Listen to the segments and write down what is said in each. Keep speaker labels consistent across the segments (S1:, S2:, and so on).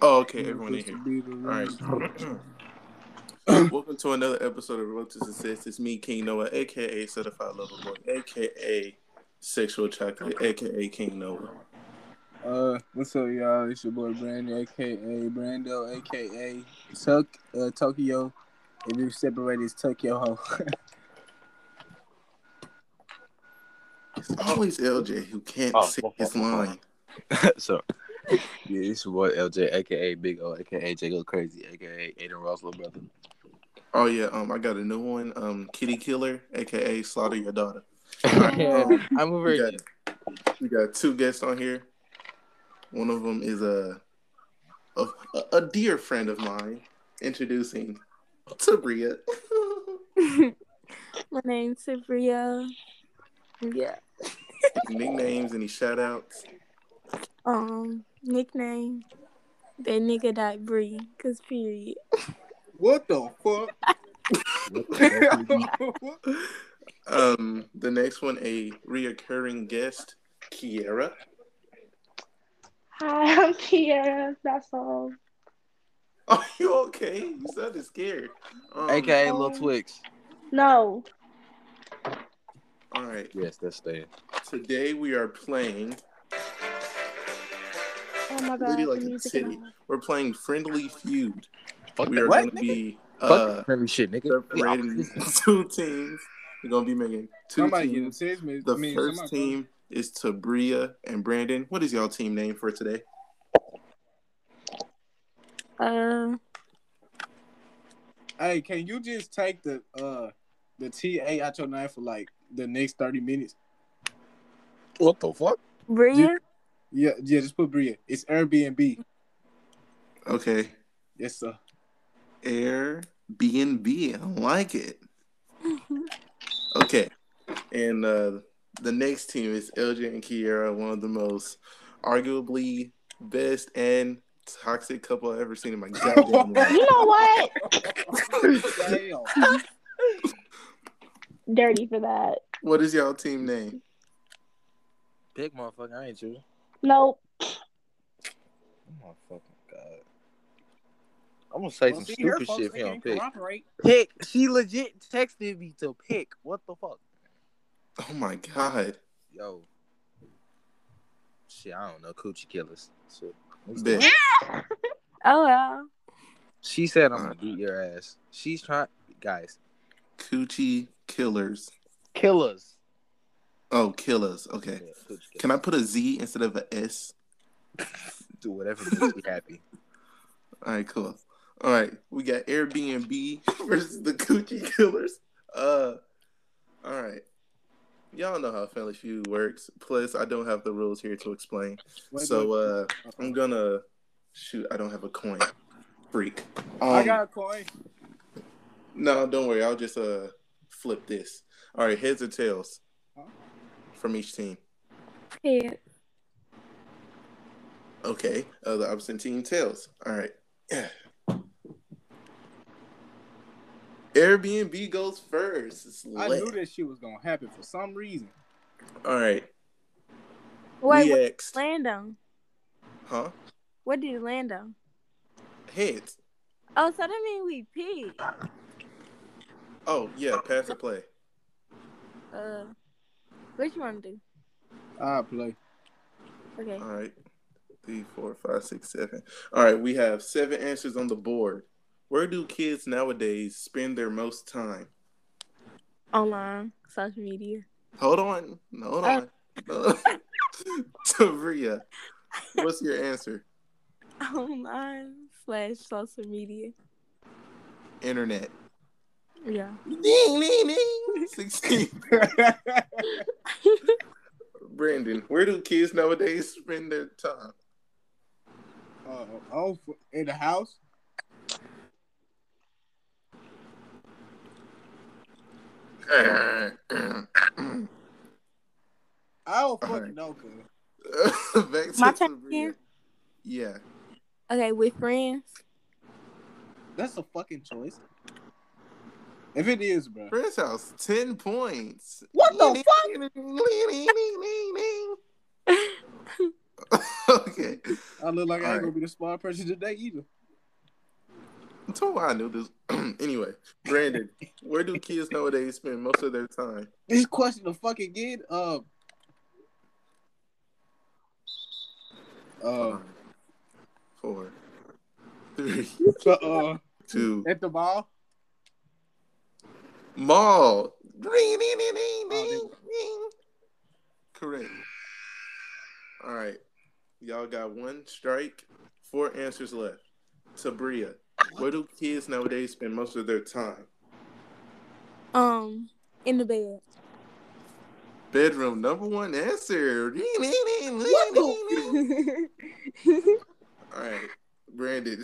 S1: Oh, okay, everyone in here. All right. Welcome to another episode of Road to Success. It's me, King Noah, aka Certified Lover Boy, aka Sexual Chocolate, aka King Noah.
S2: Uh, what's up, y'all? It's your boy Brando, aka Brando, aka Tuck uh, Tokyo. If you separate, it's Tokyo Ho.
S1: It's always LJ who can't
S3: Oh,
S1: say his line.
S3: so, yeah, it's your boy LJ, aka Big O, aka J Go Crazy, aka Aiden Ross, little brother.
S1: Oh yeah, um, I got a new one, um, Kitty Killer, aka Slaughter Your Daughter.
S2: Oh,
S3: I'm a
S1: We got,
S3: virgin.
S1: we got two guests on here. One of them is a a, a dear friend of mine. Introducing Sabria.
S4: My name's Sabria. Yeah.
S1: Nicknames, any shout outs?
S4: Um, nickname. That nigga dot Bree, cause period.
S2: what the fuck?
S1: Um, the next one, a reoccurring guest, Kiera.
S5: Hi, I'm Kiara. That's all.
S1: Are you okay? You sounded scared. Um,
S3: aka Lil Twix.
S5: No.
S1: All right.
S3: Yes, that's the
S1: Today we are playing.
S5: Oh my god.
S1: Lady like
S5: the
S1: a
S5: music
S1: titty. We're playing Friendly Feud.
S3: Fuck
S1: we are
S3: what?
S1: going to be
S3: Fuck
S1: uh,
S3: that friendly shit, nigga.
S1: separating two teams. We're going to be making two
S2: Somebody get a
S1: teams.
S2: text me.
S1: The
S2: I mean,
S1: first
S2: somebody-
S1: team is Tabria and Brandon. What is y'all team name for today?
S4: Uh,
S2: Hey, can you just take the uh the TA out your name for like the next thirty minutes?
S3: What the fuck?
S4: Bria.
S2: Yeah, yeah. Just put Bria. It's Airbnb.
S1: Okay.
S2: Yes, sir.
S1: Airbnb. I like it. Okay. And uh, the next team is LJ and Kiera, one of the most arguably best and toxic couple I've ever seen in my goddamn life.
S5: You know what?
S2: Damn.
S5: Dirty for that.
S1: What is y'all team name?
S3: Big motherfucker, I ain't you.
S5: Nope.
S3: Oh my fucking god. I'm gonna say
S2: Well,
S3: some
S2: see,
S3: stupid
S2: her folks,
S3: shit if
S2: they
S3: you
S2: can't
S3: don't pick.
S2: cooperate.
S3: Pick. She legit texted me to pick. What the fuck?
S1: Oh my god.
S3: Yo. Shit, I don't know. Coochie killers. Shit.
S1: Bet.
S4: Oh well.
S3: She said I'm gonna beat your ass. She's trying, guys.
S1: Coochie killers.
S3: Killers.
S1: Oh, killers. Okay. Can I put a Z instead of a S?
S3: do whatever makes you happy?
S1: All right, cool. All right, we got Airbnb versus the Coochie Killers. Uh, all right, y'all know how Family Feud works. Plus, I don't have the rules here to explain,
S2: Wait,
S1: so
S2: wait. Uh-uh.
S1: uh, I'm gonna shoot. I don't have a coin. Freak. Um,
S2: I got a coin.
S1: no, don't worry. I'll just uh flip this. All right, heads or tails from each team.
S4: Yeah.
S1: Okay, uh, the opposite team tails. All right. Airbnb goes first. It's
S2: I
S1: lit.
S2: knew that shit was gonna happen for some reason.
S1: All right.
S4: Wait, what did
S1: next.
S4: you land on?
S1: Huh?
S4: What did you land on?
S1: Heads.
S4: Oh, so that mean we picked.
S1: Oh, yeah. Pass or play.
S4: Uh, what you wanna do?
S2: I play.
S4: Okay.
S1: All right. Three, four, five, six, seven. All right. We have seven answers on the board. Where do kids nowadays spend their most time?
S4: Online, social media.
S1: Hold on. Hold
S4: Uh.
S1: on. Tavria, what's your answer?
S4: Online slash social media.
S1: Internet.
S4: Yeah.
S1: Ding, ding, ding. 16. Brandon, where do kids nowadays spend their time?
S2: uh, oh, for- in the house. I don't fucking
S1: Alright.
S2: know. Cause
S1: Back to
S4: My turn
S1: Sabria.
S4: here?
S1: Yeah.
S4: Okay, with friends.
S2: that's a fucking choice. If it is, bro.
S1: Friends house, 10 points.
S2: What the
S1: fuck? okay.
S2: I look like I
S1: Alright.
S2: ain't gonna be the smart person today either.
S1: I'm told why I knew this. anyway, Brandon, where do kids nowadays spend most of their time?
S2: This question the fuck again. Um. Uh,
S1: Five, four, three,
S2: uh, uh,
S1: two,
S2: at the mall.
S1: mall. Ding, ding, ding, ding,
S2: Oh,
S1: ding, ding. Correct. All right, y'all got one strike, four answers left. Sabria, where do kids nowadays spend most of their time?
S4: Um, in the bed.
S1: Bedroom number one answer. Ding, ding, ding, ding, ding, ding. All right, Brandon,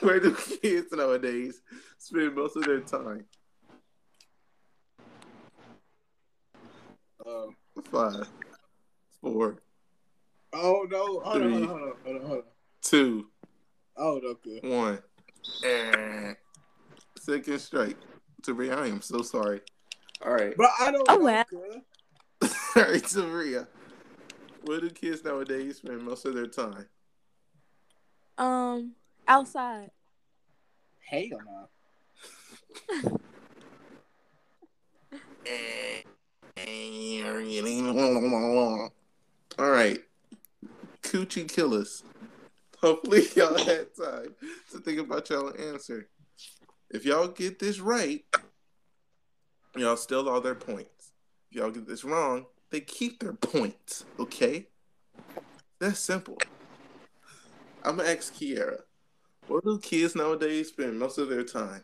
S1: where do kids nowadays spend most of their time?
S2: Uh,
S1: Five, four,
S2: oh no! Hold on! Hold on! Hold on! Hold on! Hold on.
S1: two,
S2: Oh no! Good.
S1: one. Eh. Second strike. Tabria, I am so sorry. All right,
S2: But I don't.
S4: Oh,
S2: know,
S4: well.
S2: cuz.
S1: all right, Tabria. Where do kids nowadays spend most of their time?
S4: um, outside.
S2: Hell no.
S1: All right, coochie killers. Hopefully, y'all had time to think about y'all answer. If y'all get this right, y'all steal all their points. If y'all get this wrong, they keep their points. Okay, that's simple. I'm gonna ask Kiara, where do kids nowadays spend most of their time?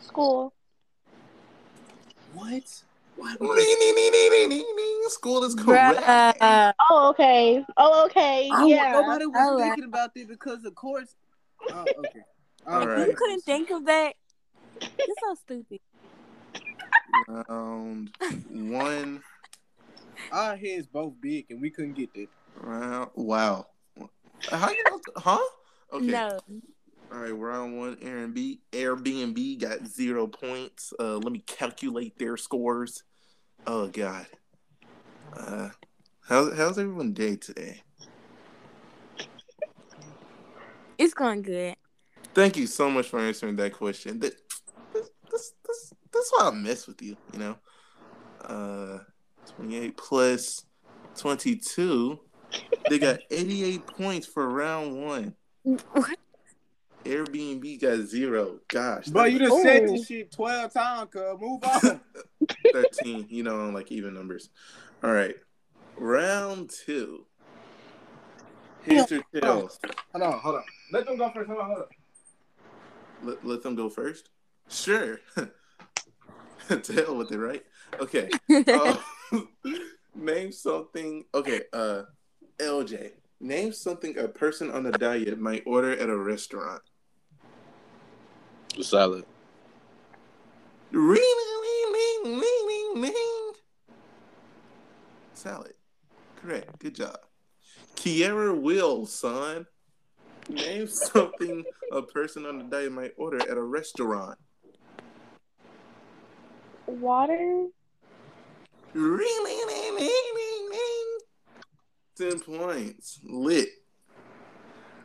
S5: School.
S2: What? Why would they-
S1: School is correct.
S4: Bruh.
S5: Oh, okay. Oh, okay.
S2: I, oh yeah.
S5: yeah.
S2: Nobody was
S4: All right.
S2: thinking about this because, of course. Oh, okay.
S1: All
S4: You
S1: right.
S4: couldn't think of that. You're so stupid.
S1: Round one.
S2: Our heads both big, and we couldn't get that.
S1: Round. Wow. How you know? Huh? Okay.
S4: No.
S1: All right. Round one. Airbnb. Airbnb got zero points. Uh, let me calculate their scores. Oh God. Uh, how's how's everyone day today?
S4: It's going good.
S1: Thank you so much for answering that question. That this this this, this why I mess with you, you know. Uh, twenty eight plus twenty two, they got eighty eight points for round one.
S4: What?
S1: Airbnb got zero. Gosh,
S2: Bro,
S1: that
S2: you
S1: was
S2: just said
S5: Ooh.
S2: this shit 12 times, cuz. Move on.
S1: thirteen. You know, like even numbers. All right, round two. Heads or tails?
S2: hold on, hold on. Let them go first. Hold on, hold on.
S1: Let, let them go first. Sure. Tail with it, right? Okay. Uh, name something. Okay, uh, LJ. Name something a person on a diet might order at a restaurant.
S3: Solid.
S1: Ring, ring, ring, ring, ring, ring. Salad. Correct. Good job. Kiera will, son. Name something a person on a diet might order at a restaurant.
S5: Water.
S1: Ring, ring, ring, ring, ring, ring. Ten points. Lit.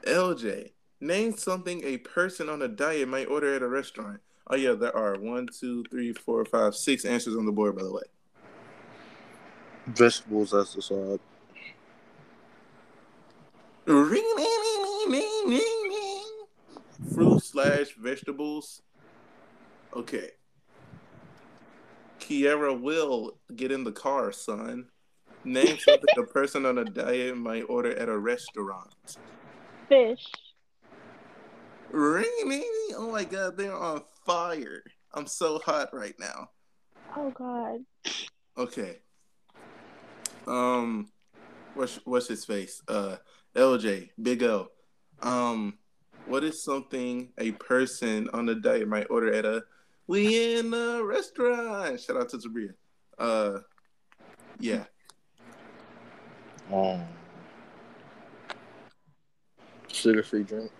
S1: LJ, name something a person on a diet might order at a restaurant. Oh yeah, there are one, two, three, four, five, six answers on the board. By the way,
S3: Vegetables as the side.
S1: ring, ring, ring, ring, ring, ring. Fruit slash vegetables. Okay. Kiera will get in the car, son. Name something a person on a diet might order at a restaurant.
S5: Fish.
S1: Ring me. Oh my god, they're on fire. I'm so hot right now.
S5: Oh God.
S1: Okay. Um what's what's his face? Uh LJ, Big O. Um what is something a person on a diet might order at a we in a restaurant? Shout out to Sabria. Uh yeah.
S3: Um, Sugar free drink.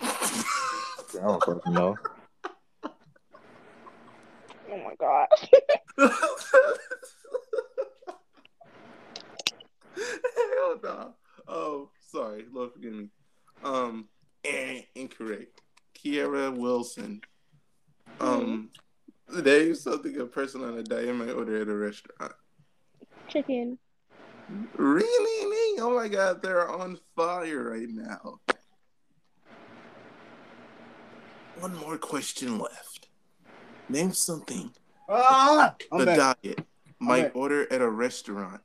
S3: I don't fucking know.
S5: Oh my God.
S1: Hell no. Oh, sorry. sorry, Lord forgive me. Um, eh, incorrect. Kiera Wilson. Um, name something a person on a diet might order at a restaurant.
S5: Chicken.
S1: Really? Ning? Oh my God, they're on fire right now. One more question left. Name something
S2: Ah, I'm
S1: the
S2: back.
S1: diet might
S2: back.
S1: order at a restaurant.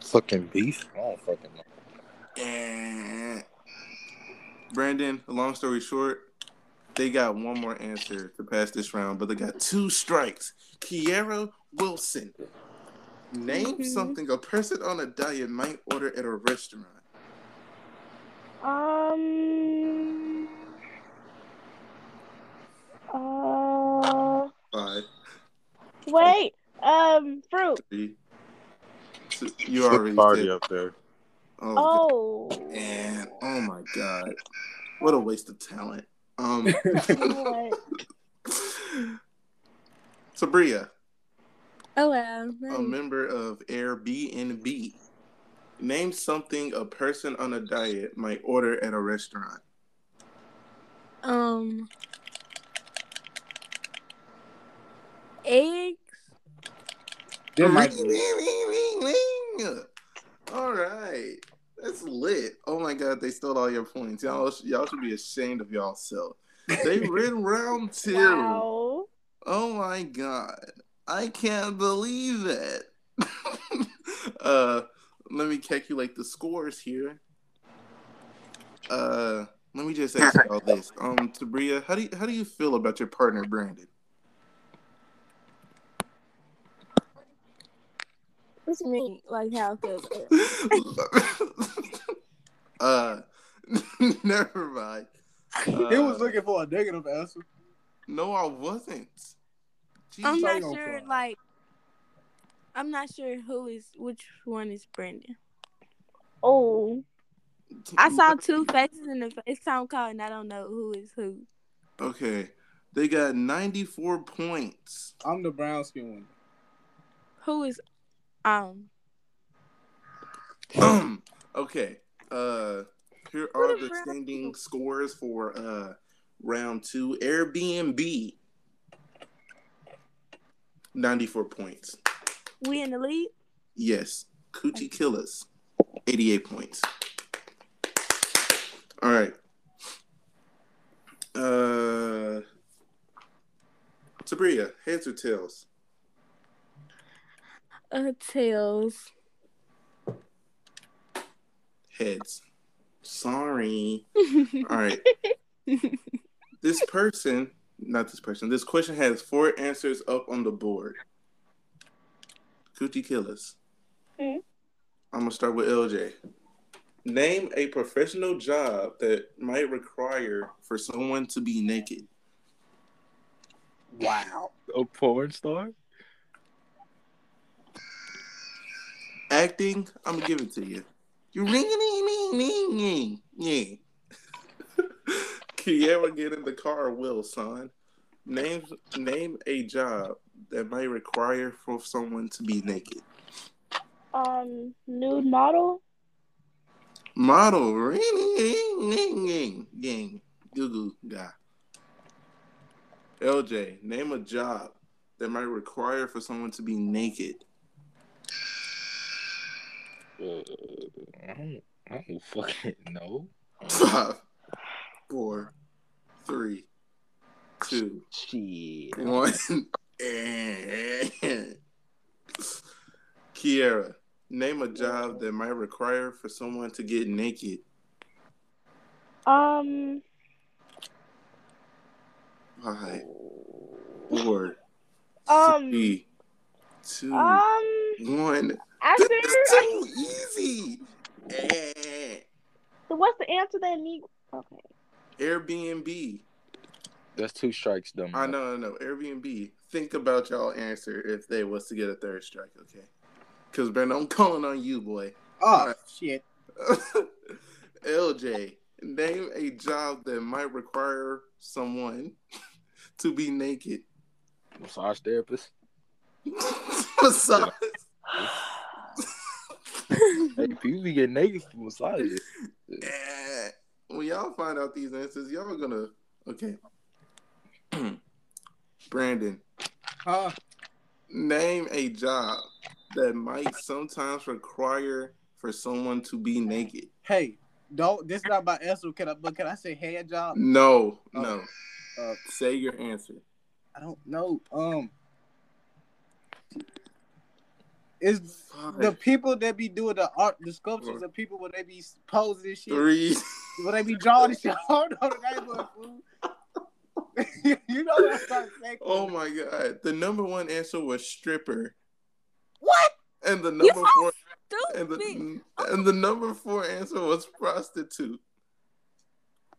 S3: Fucking beef? I don't fucking know.
S1: Eh. Brandon, long story short, they got one more answer to pass this round, but they got two strikes. Kiera Wilson. Name
S5: Mhm.
S1: something a person on a diet might order at a restaurant.
S5: Um. Uh.
S1: Five,
S5: Wait. Um. Fruit.
S1: three, two, you already
S3: party
S1: did.
S3: up there.
S1: Oh, God.
S5: Oh.
S1: and oh my god, what a waste of talent. Um,
S5: What?
S1: Sabria,
S4: Oh wow. nice.
S1: a member of Airbnb. Name something a person on a diet might order at a restaurant.
S4: Um, eggs.
S2: That might
S1: Ring,
S2: be-
S1: ring, ring, ring, ring. All right. That's lit. Oh my god, they stole all your points. Y'all sh- y'all should be ashamed of y'allself. They win round two.
S5: Wow.
S1: Oh my god. I can't believe it. uh let me calculate the scores here. Uh let me just ask y'all this. Um Tabria, how do you how do you feel about your partner Brandon?
S4: What's it mean? Like how I feel about it.
S1: uh never mind. Uh,
S2: He was looking for a negative answer.
S1: No, I wasn't.
S4: I'm
S1: Jeez.
S2: Sorry,
S4: not
S2: don't
S4: sure.
S2: cry.
S4: Like, I'm not sure who is which one is Brandon.
S5: Oh.
S4: I saw two faces in the FaceTime call, and I don't know who is who.
S1: Okay. They got 94 points.
S2: I'm the brown skin one.
S4: Who is um?
S1: okay. Uh here
S4: What
S1: are
S4: a
S1: the
S4: round.
S1: standing scores for uh round 2 Airbnb 94 points.
S4: We in the lead.
S1: Yes. Coochie Killers, 88 points. All right. Uh, Sabria, heads or tails?
S4: Uh, tails.
S1: Heads. Sorry. All right. this person, not this person, this question has four answers up on the board. Coochie Killers.
S5: Hmm.
S1: I'm going to start with LJ. Name a professional job that might require for someone to be naked.
S2: Wow.
S3: A porn star?
S1: Acting, I'm going to give it to you. You ring a ding ding ding yeah. Kiara get in the car will, son. Name name a job that might require for someone to be naked.
S5: Um. Nude model.
S1: Model ring ring ring ring gang goo goo guy. LJ, name a job that might require for someone to be naked.
S3: Uh, I don't, I don't fucking know.
S1: Five, four, three, two,
S3: Shit.
S1: one. and Kiera, name a job that might require for someone to get naked.
S5: Um.
S1: Five, four,
S5: Um.
S1: three, two,
S5: Um.
S1: one.
S5: After.
S1: too easy. Eh.
S5: So what's the answer that need? Okay.
S1: Airbnb. Ah,
S3: That's two strikes, dumb.
S1: I know, I know. Airbnb. Think about y'all answer if they was to get a third strike, okay? Because, Brandon, I'm calling on you, boy.
S2: Oh shit.
S1: LJ, name a job that might require someone to be naked.
S3: Massage therapist.
S1: Massage.
S3: Hey, people be getting naked for massages.
S1: Eh, when y'all find out these answers, y'all gonna okay. Brandon,
S2: Huh?
S1: name a job that might sometimes require for someone to be naked.
S2: Hey, don't. This is not my answer. Can I? But can I say hand job?
S1: No, no.
S2: Oh.
S1: Say your answer.
S2: I don't know. Um, is the
S1: Five,
S2: people that be doing the art, the sculptures of people when they be posing and shit,
S1: three.
S2: when they be drawing and shit. I don't know the name of it, fool. you know what I'm saying?
S1: Oh my god! The number one answer was stripper,
S4: What?
S1: and the number
S4: You
S1: four
S4: so
S1: and
S4: stupid.
S1: the and the number four answer was prostitute.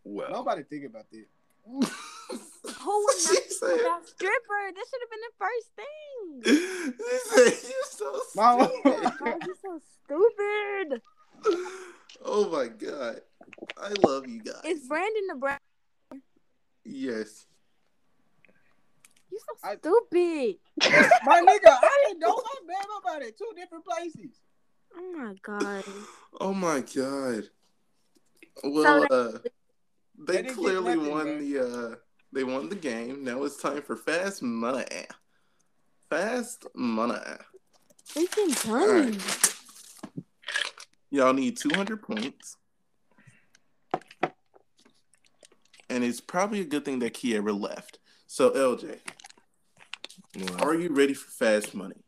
S3: Well,
S2: Nobody think about that.
S4: Who would
S1: she
S4: not
S1: said,
S4: about stripper? That should have been the first thing.
S1: she said, "You so
S2: Mama.
S1: stupid."
S4: Why you so stupid?
S1: Oh my god! I love you guys.
S4: Is Brandon the Brand?
S1: yes.
S4: You so
S2: I-
S4: stupid.
S2: My nigga, I didn't know my man about it. Two different places.
S4: Oh my god.
S1: Oh my god. Well, uh,
S2: They
S1: they
S2: didn't get
S1: clearly
S2: nothing,
S1: won
S2: man.
S1: the uh, they won the game. Now it's time for fast money. Fast money.
S4: Freaking
S1: All
S4: dummy.
S1: Y'all need two hundred points. And it's probably a good thing that Kiera left. So LJ,
S3: well,
S1: are you ready for fast money?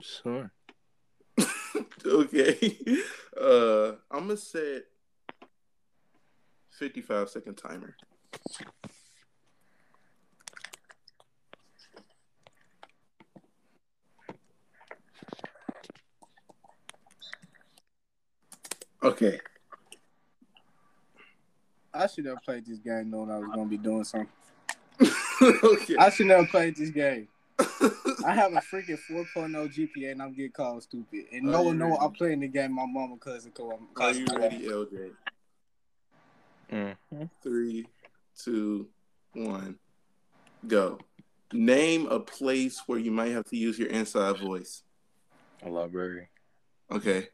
S3: sure.
S1: okay. Uh I'm gonna set 55 second timer. Okay.
S2: I should have played this game knowing I was gonna be doing something.
S1: okay.
S2: I should never played this game. I have a freaking 4.0 GPA and I'm getting called stupid. And no
S1: Are you
S2: one know
S1: ready?
S2: I'm playing the game. My mama, cousin, co.
S1: Are Oh, you ready, LJ? Three, two, one, go. Name a place where you might have to use your inside voice.
S3: A library,
S1: Okay.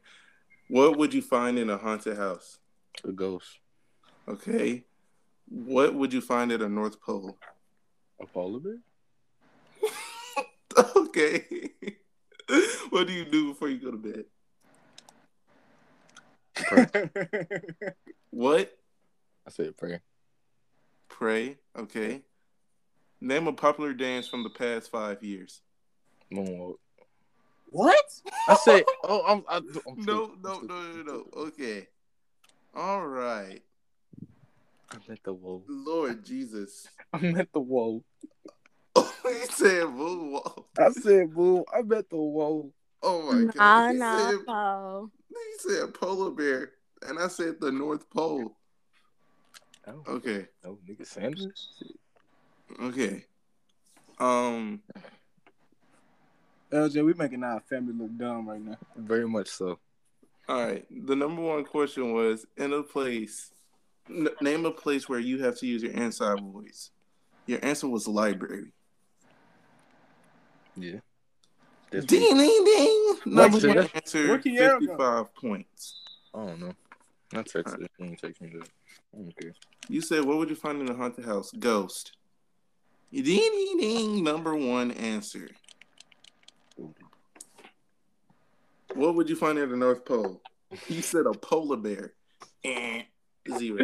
S1: What would you find in a haunted house?
S3: a ghost,
S1: Okay. What would you find at a North Pole?
S3: a polar bear.
S1: okay. what do you do before you go to bed? What?
S3: I said prayer.
S1: Pray. Okay. Name a popular dance from the past five years.
S3: Moonwalk.
S2: what?
S3: I said, oh, I'm. I, I'm
S1: No,
S3: stupid.
S1: no, no,
S3: I'm
S1: no,
S3: stupid.
S1: no. Okay. All right.
S3: I'm at the wall.
S1: Lord Jesus.
S3: I'm at the wall.
S1: Oh, he said moonwalk.
S3: I said, boo. I'm at the wall.
S1: Oh my
S4: Nah,
S1: God. He
S4: nah,
S1: said
S4: Paul.
S1: He said polar bear, and I said the North Pole.
S3: Oh,
S1: Okay,
S3: no, nigga, Sanders.
S1: okay. Um,
S2: LJ, we making our family look dumb right now.
S3: Very much so.
S1: all right. The number one question was in a place. N- name a place where you have to use your inside voice. Your answer was library.
S3: Yeah.
S1: Ding
S3: That's me.
S1: ding ding. Number
S3: What's
S1: one
S3: that?
S1: answer.
S2: Where'd Kiara go?
S1: Fifty-five points.
S3: I don't know. I text it. He ain't text me that. I don't care.
S1: You said what would you find in a haunted house? Ghost. Ding ding ding. Number one answer. What would you find at the North Pole? You said a polar bear. Eh, Zero.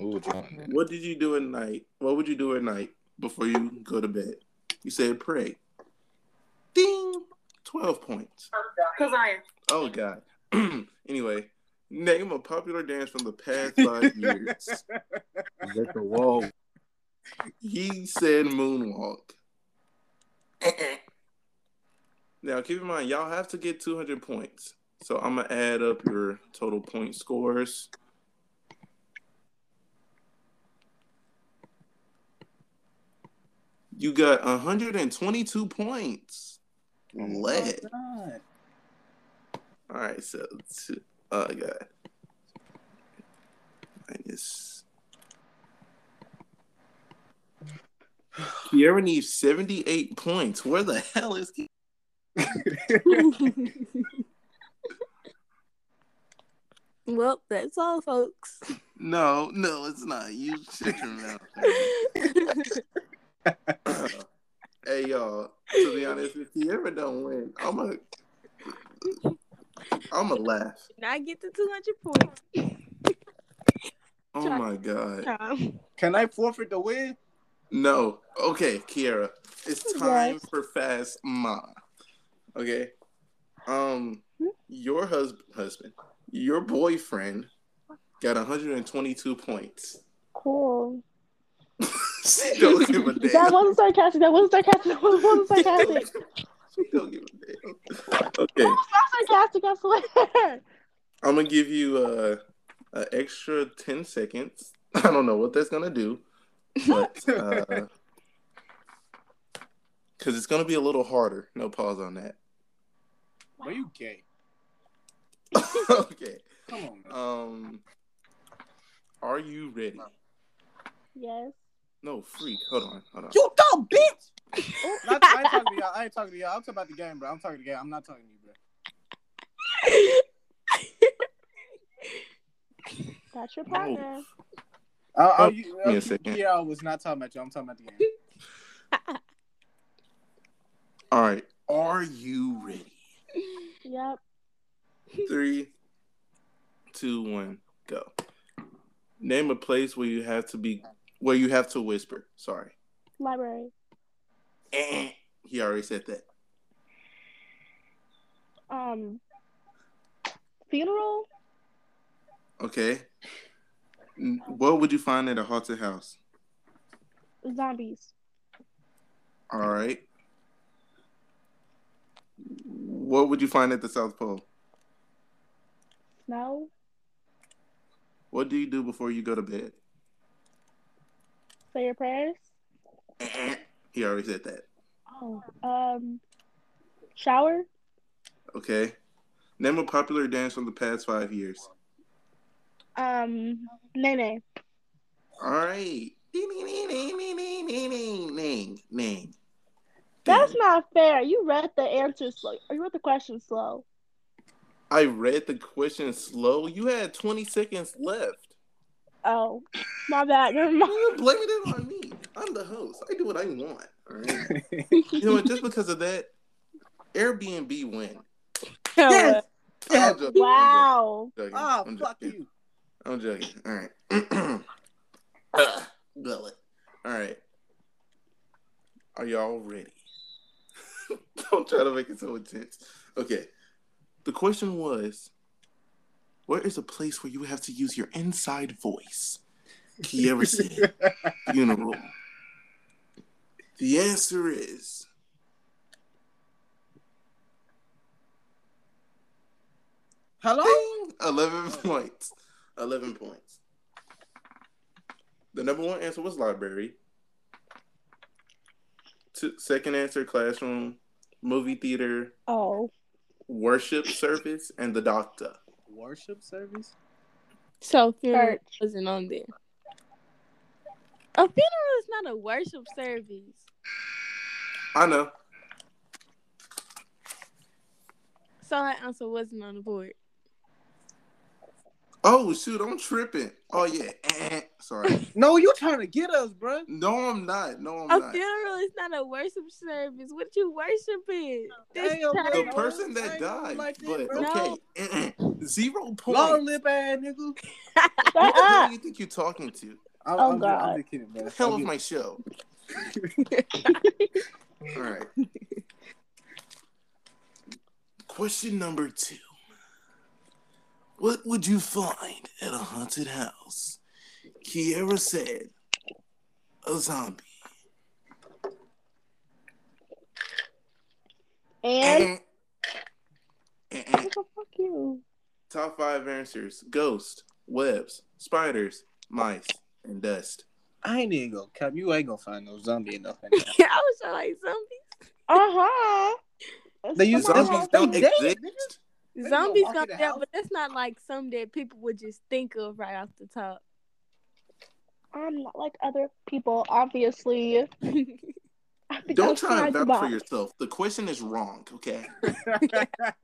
S3: Ooh, John.
S1: What did you do at night? What would you do at night before you go to bed? You said pray. Ding. 12 points.
S6: Because I am.
S1: Oh, God. anyway, name a popular dance from the past five years.
S3: I'm at the wall.
S1: He said moonwalk. now keep in mind, y'all have to get 200 points. So I'm gonna add up your total point scores. You got 122 points. Lit.
S2: Oh, God.
S1: All right, so two, oh god, minus. Kiara needs seventy-eight points. Where the hell is? Ki-
S4: Well, that's all, folks.
S1: No, no, it's not. You shut your mouth. hey y'all, to be honest, if you ever don't win, I'm a I'm a laugh.
S4: Not get to 200 points.
S1: Oh my god.
S4: Tom.
S2: Can I forfeit the win?
S1: No. Okay, Kiera. It's time for fast ma. Okay. Um your husband husband, your boyfriend got 122 points.
S5: Cool.
S1: she don't give a
S5: That
S1: damn.
S5: wasn't sarcastic. That wasn't sarcastic. That wasn't sarcastic.
S1: She don't give a damn. Okay.
S5: That was not sarcastic. I swear.
S1: I'm gonna give you uh an extra ten seconds. I don't know what that's gonna do, but because it's gonna be a little harder. No pause on that.
S2: Are you gay?
S1: okay.
S2: Come on, man.
S1: Um, are you ready?
S5: Yes.
S1: No, freak. Hold on. Hold on.
S2: You dumb bitch! Not- I ain't talking to y'all. I ain't talking to y'all. I'm talking about the game, bro. I'm talking to the game. I'm not talking to you, bro.
S5: That's your
S1: No.
S5: partner.
S2: Uh, are you,
S1: Oh, me a
S2: uh,
S1: second.
S2: Yeah, I was not talking about you. I'm talking about the game.
S1: All right. Are you ready?
S5: Yep.
S1: Three, two, one, go. Name a place where you have to be where you have to whisper. Sorry.
S5: Library.
S1: Eh. He already said that.
S5: Um. Funeral.
S1: Okay. N- What would you find at a haunted house?
S5: Zombies.
S1: All right. What would you find at the South Pole?
S5: Snow.
S1: What do you do before you go to bed?
S5: Say your prayers.
S1: He already said that.
S5: Oh. Um. Shower.
S1: Okay. Name a popular dance from the past five years.
S5: Um. Nene.
S1: All right. Ding, ding, ding, ding, ding, ding, ding, ding, ding, ding.
S5: That's
S1: Ding.
S5: not fair. You read the answer slow. Or you read the question slow.
S1: I read the question slow. You had 20 seconds left.
S5: Oh. My bad. Never mind.
S1: You blame it on me. I'm the host. I do what I want. All right. You know what? Just because of that, Airbnb win.
S4: Yes.
S1: I'm joking. I'm joking.
S5: Wow.
S1: I'm joking.
S2: Ah,
S1: I'm
S2: fuck
S1: joking.
S2: you.
S1: I'm joking. All right. Ugh, Gullet. All right. Are y'all ready? Don't try to make it so intense. Okay. The question was where is a place where you have to use your inside voice? Kiera said funeral. The answer is
S2: Hello?
S1: Ding! 11 points. 11 points. The number one answer was library. Two, second answer, classroom, movie theater,
S5: Oh.
S1: worship service, and the doctor.
S2: Worship service?
S4: So funeral
S5: Church.
S4: wasn't on there. A funeral is not a worship service.
S1: I know.
S4: So that answer wasn't on the board.
S1: Oh, shoot, I'm tripping. Oh, yeah. Eh, Sorry.
S2: No, you trying to get us, bro.
S1: No, I'm not. No, I'm
S4: A
S1: not.
S4: funeral is not a worship service. What you worshiping? This
S2: Damn,
S4: church.
S1: The
S2: bro.
S1: person
S2: I
S1: that
S2: ain't gonna
S1: died,
S2: like that,
S1: but
S2: bro.
S1: okay. Eh, eh. Zero
S2: Long
S1: points.
S2: lip ass nigga.
S1: Who
S5: Shut
S1: the hell
S5: up.
S1: do you think you're talking to?
S2: I'm,
S5: Oh,
S2: I'm,
S5: God.
S2: I'm just kidding, bro.
S1: the hell
S2: I'm
S1: of
S2: just-
S1: my show. All right. Question number two. What would you find at a haunted house? Kiera said, a zombie.
S5: And.
S1: Eh, eh.
S5: What the fuck you?
S1: Top five answers ghosts, webs, spiders, mice, and dust.
S2: I ain't even gonna come. You ain't gonna find no zombie in nothing.
S4: I was just like zombie.
S5: Uh huh.
S2: They use
S1: Zombies
S2: They
S1: don't
S2: dead,
S1: exist.
S2: nigga. They
S4: Zombies
S2: walk in
S4: gonna
S2: the
S4: be out,
S2: house.
S4: but that's not like something that people would just think of right off the top.
S5: I'm not like other people, obviously. I think
S1: Don't
S5: that's
S1: try and
S5: right
S1: vouch
S5: about-
S1: for yourself. The question is wrong, okay?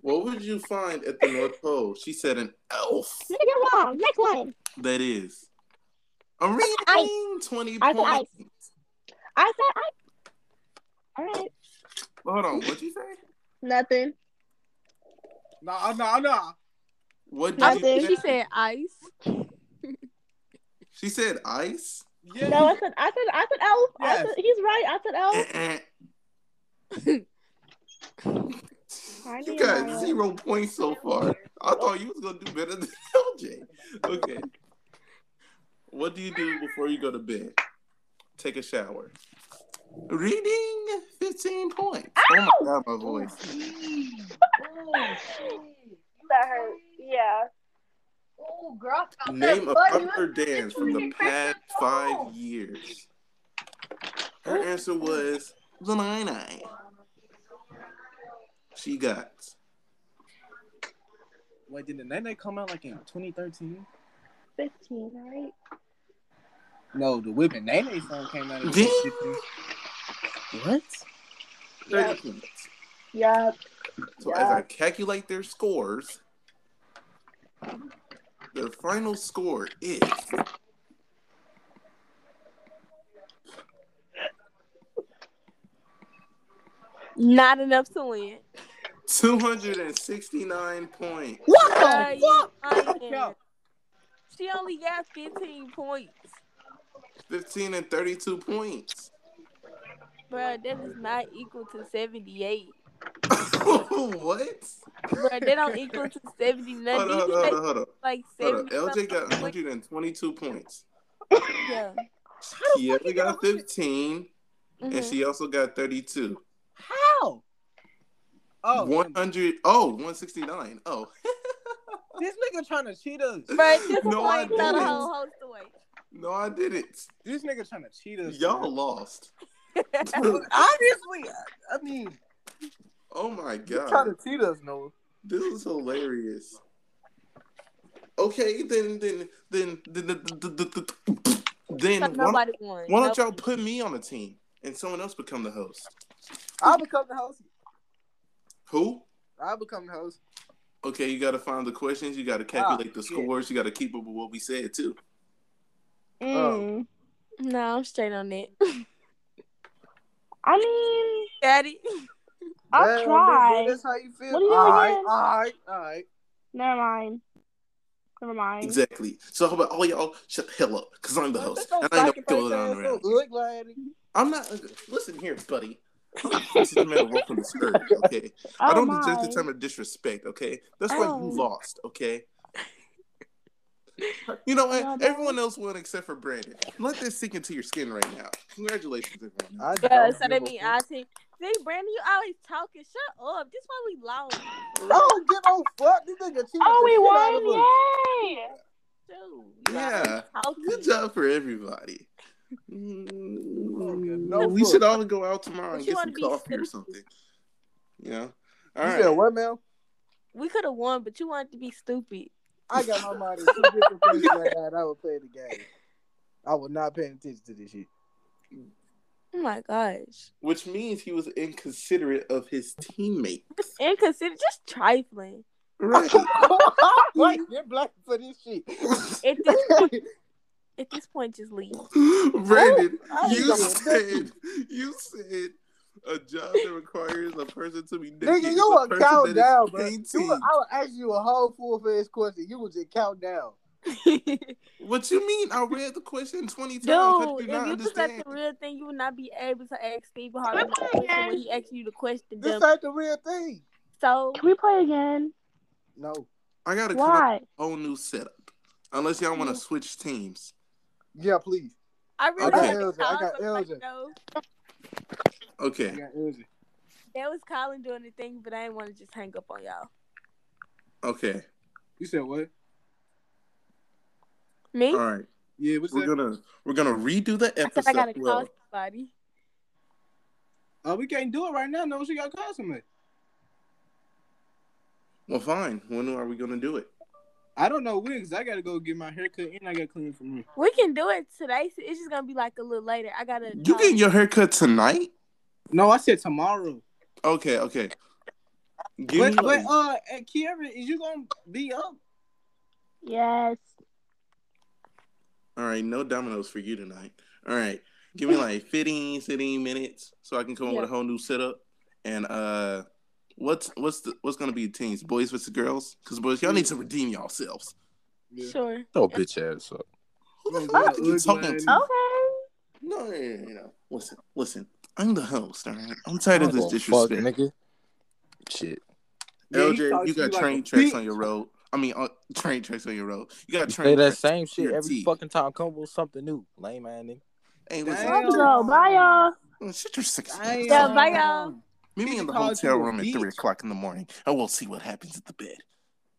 S1: What would you find at the North Pole? She said an elf.
S5: Make it wrong. Make one.
S1: That is. A ring,
S5: I-
S1: 20
S5: I- I-
S1: points.
S5: I said I. All right.
S1: Hold on, what'd you say?
S5: Nothing.
S2: no, no, no.
S1: What
S4: I
S1: did
S5: Nothing.
S1: you
S4: she
S1: say?
S4: said ice.
S1: She said ice?
S2: Yeah.
S5: No, I said I said I said elf. I
S2: Yes.
S5: said, he's right. I said
S1: Eh,
S5: elf.
S1: eh.
S5: I
S1: you
S5: didn't know
S1: got
S5: it.
S1: zero points so far. I thought you was gonna do better than LJ. Okay. What do you do before you go to bed? Take a shower. Reading 15 points. Oh my god, my voice.
S5: that hurt. Yeah.
S6: Oh, girl, stop that
S1: Name a
S6: button.
S1: popular dance from the past five years. Her answer was the nine nine. She got
S2: Wait, did the Night Night come out like in 2013?
S5: Fifteen, right?
S2: No, the Whipping Night Night song came out in
S1: Ding.
S2: 2015. What?
S1: 30
S5: Yep.
S1: points.
S5: Yeah.
S1: So as I calculate their scores, their final score is
S4: Not enough to win.
S1: 269 points.
S4: Are
S5: What the
S4: you
S5: fuck?
S4: lying? She only got 15 points.
S1: 15 and 32 points.
S4: Bruh, that is not equal to 78.
S1: what?
S4: Bruh, they don't equal to 70
S1: Hold on,
S4: nothing.
S1: hold on, hold on, hold on.
S4: like
S1: Hold on.
S4: 70
S1: LJ got
S4: something.
S1: 122 points.
S4: Yeah.
S1: Kiara got 15, and
S4: Mhm.
S1: she also got 32.
S2: How? Oh,
S1: 100. Oh, 169. Oh,
S2: this nigga trying to cheat us.
S4: Bruh, this
S1: No, I
S4: one throw the
S1: didn't.
S4: whole host away.
S1: no, I didn't.
S2: This nigga trying to cheat us.
S1: Y'all lost.
S2: Obviously, I mean,
S1: Oh my god.
S2: you trying to cheat us, Noah.
S1: This is hilarious. Okay, then then then then then, then, then
S4: Like
S1: why, don't,
S4: nobody won.
S1: why don't
S4: Nope.
S1: y'all put me on a team and someone else become the host?
S2: I'll become the host.
S1: Who?
S2: I'll become the host.
S1: Okay, you gotta find the questions, you gotta calculate the
S2: Oh, shit.
S1: scores, you gotta keep up with what we said too.
S5: Mm.
S4: No, I'm straight on it.
S5: I mean,
S4: Daddy.
S5: I'll
S2: Well,
S5: try.
S2: nigga, That's how you feel.
S5: What do you
S2: all right,
S5: mean?
S2: all right, all right.
S5: Never mind. Never mind.
S1: Exactly. So how about all y'all shut the hell up, cause I'm the
S2: Well,
S1: host.
S2: that's no
S1: And I know what's
S2: sacrifice
S1: going on
S2: ass
S1: around.
S2: no
S1: here.
S2: good, lady.
S1: I'm not listen here, buddy. This is man walk on the skirt, okay?
S5: Oh,
S1: I don't
S5: my.
S1: detect the time of disrespect, okay? That's why
S4: Oh.
S1: you lost, okay? You know
S5: Yeah,
S1: what?
S5: that-
S1: Everyone else won except for Brandon. Let this sink into your skin right now. Congratulations, everyone.
S2: I
S4: Yeah,
S2: don't
S4: so
S2: give
S4: they
S2: a
S4: mean
S2: fuck.
S4: I think. See, Brandon, you always talking. Shut up. This why we lost.
S2: I don't give no fuck. This nigga cheated.
S5: Oh, we
S2: the shit out of us.
S5: won! Yay!
S4: too.
S1: Yeah. Good job for everybody. Mm,
S2: No
S1: we
S2: look.
S1: should all go out tomorrow
S4: But
S1: and
S4: you
S1: get
S4: wanna
S1: some
S4: be
S1: coffee or
S4: stupid.
S1: something. You know? All
S2: You said
S1: right.
S2: what, man?
S4: We could have won, but you wanted to be stupid.
S2: I got my mind in two different places right now, and I would play the game. I was not paying attention to this shit.
S4: Oh my gosh.
S1: Which means he was inconsiderate of his teammate.
S4: Inconsiderate. Just trifling.
S1: Right.
S2: Like, you're black for this shit.
S4: At this, at this point, just leave.
S1: Brandon,
S2: I ain't
S1: you
S2: gonna-
S1: said you said a job that requires a person to be naked.
S2: Nigga,
S1: is
S2: you
S1: a
S2: a
S1: person that
S2: count
S1: is
S2: down, bro. You
S1: painting.
S2: were- I would ask you a whole full face question. You would just count down.
S1: What you mean? I read the question twenty times.
S4: Dude,
S1: How do
S4: if
S1: you not
S4: you just like
S1: understand?
S4: the real thing, you would not be able to ask Steve Harvey the question when he asked you the question.
S2: This
S4: Them.
S2: ain't the real thing.
S4: So
S5: Can we play again?
S2: No.
S1: I gotta come up
S5: Why?
S1: with a whole new setup. Unless y'all want to switch teams.
S2: Yeah, please.
S4: I really
S1: Okay.
S4: wanted
S2: I got
S4: Colin, but, like,
S2: Elgin.
S4: no,
S2: I
S1: Okay,
S2: got energy.
S4: that was Colin doing the thing, but I didn't want to just hang up on y'all.
S1: okay,
S2: You said what?
S4: Me?
S1: all right.
S2: Yeah, what's
S1: We're
S2: that?
S1: gonna we're gonna redo the
S4: I said I gotta
S1: episode.
S4: call
S1: Well,
S4: somebody.
S2: Uh, we can't do it right now. No, she got call somebody.
S1: well, fine. When are we gonna do it?
S2: I don't know when because I gotta go get my haircut and I gotta clean from here.
S4: We can do it today. so It's just gonna be like a little later. I gotta.
S1: You getting your haircut tonight?
S2: No, I said tomorrow.
S1: Okay, okay. Give
S2: But,
S1: me
S2: but
S1: like-
S2: uh, hey, Kiara, is you gonna be up?
S5: Yes.
S1: all right, no dominoes for you tonight. All right, give me like 15, 16 minutes so I can come up with a
S4: Yeah.
S1: whole new setup. And uh, what's what's the, what's gonna be teams? Boys versus girls? Because boys, y'all need to redeem yourselves.
S4: Sure.
S3: Oh, bitch ass up.
S1: Who the
S2: Yeah,
S1: fuck are you
S2: ugly
S1: talking
S2: ass.
S1: to?
S5: Okay.
S1: No, no, no, no, no. Listen, listen. I'm the host. All right, I'm tired of this
S3: Fuck,
S1: disrespect.
S3: nigga. Shit.
S2: Yeah, he
S1: LJ,
S2: talks
S1: you
S2: to
S1: got
S2: like
S1: train
S2: a
S1: tracks
S2: bitch.
S1: on your road. I mean, uh, train tracks on your road. You got
S3: You
S1: train
S3: say that
S1: tracks.
S3: same shit every
S1: guaranteed.
S3: fucking time. Come with something new. Lame ass nigga.
S1: Hey,
S2: Damn.
S1: listen.
S5: So, bye, y'all.
S1: Shut your six.
S2: Damn.
S4: Yeah, bye, y'all.
S1: Meet me in the
S2: Called
S1: hotel
S2: you a
S1: room at
S2: bitch.
S1: three o'clock in the morning, and we'll see what happens at the bed.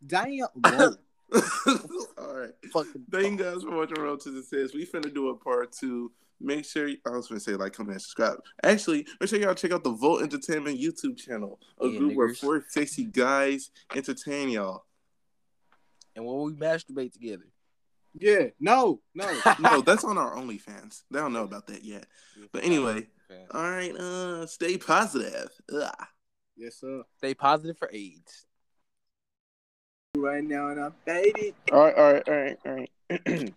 S2: Damn. Whoa.
S1: All right.
S3: Fucking.
S1: Thank you guys for watching Road to the Says. We finna do a part two. Make sure I was gonna say like, comment, and subscribe. Actually, make sure y'all check out the Volt Entertainment YouTube channel, a
S3: Yeah,
S1: group where
S3: niggers.
S1: four sexy guys entertain y'all.
S3: And when we masturbate together.
S2: yeah. No. No.
S1: No, that's on our OnlyFans. They don't know about that yet. But anyway. All right, uh, stay positive. Ugh.
S2: yes, sir.
S3: Stay positive for AIDS.
S2: Right now, and I'm faded.
S7: All right, all right, all right, all right.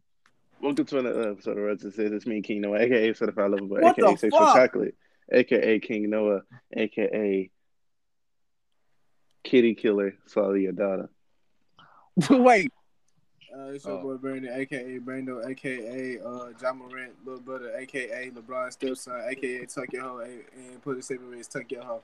S7: Welcome to another episode of Roads and Says. It's me, King Noah, aka Certified Lover Boy,
S2: What
S7: aka
S2: the
S7: Sexual
S2: fuck?
S7: Chocolate, aka King Noah, aka Kitty Killer, Swallow Your Daughter.
S3: Wait.
S2: Uh, it's your
S3: Oh.
S2: boy Brandon, aka Brando, aka uh, John Morant, little brother, aka LeBron stepson, aka Tuck Your Ho, and put it simply as Tuck Your Ho.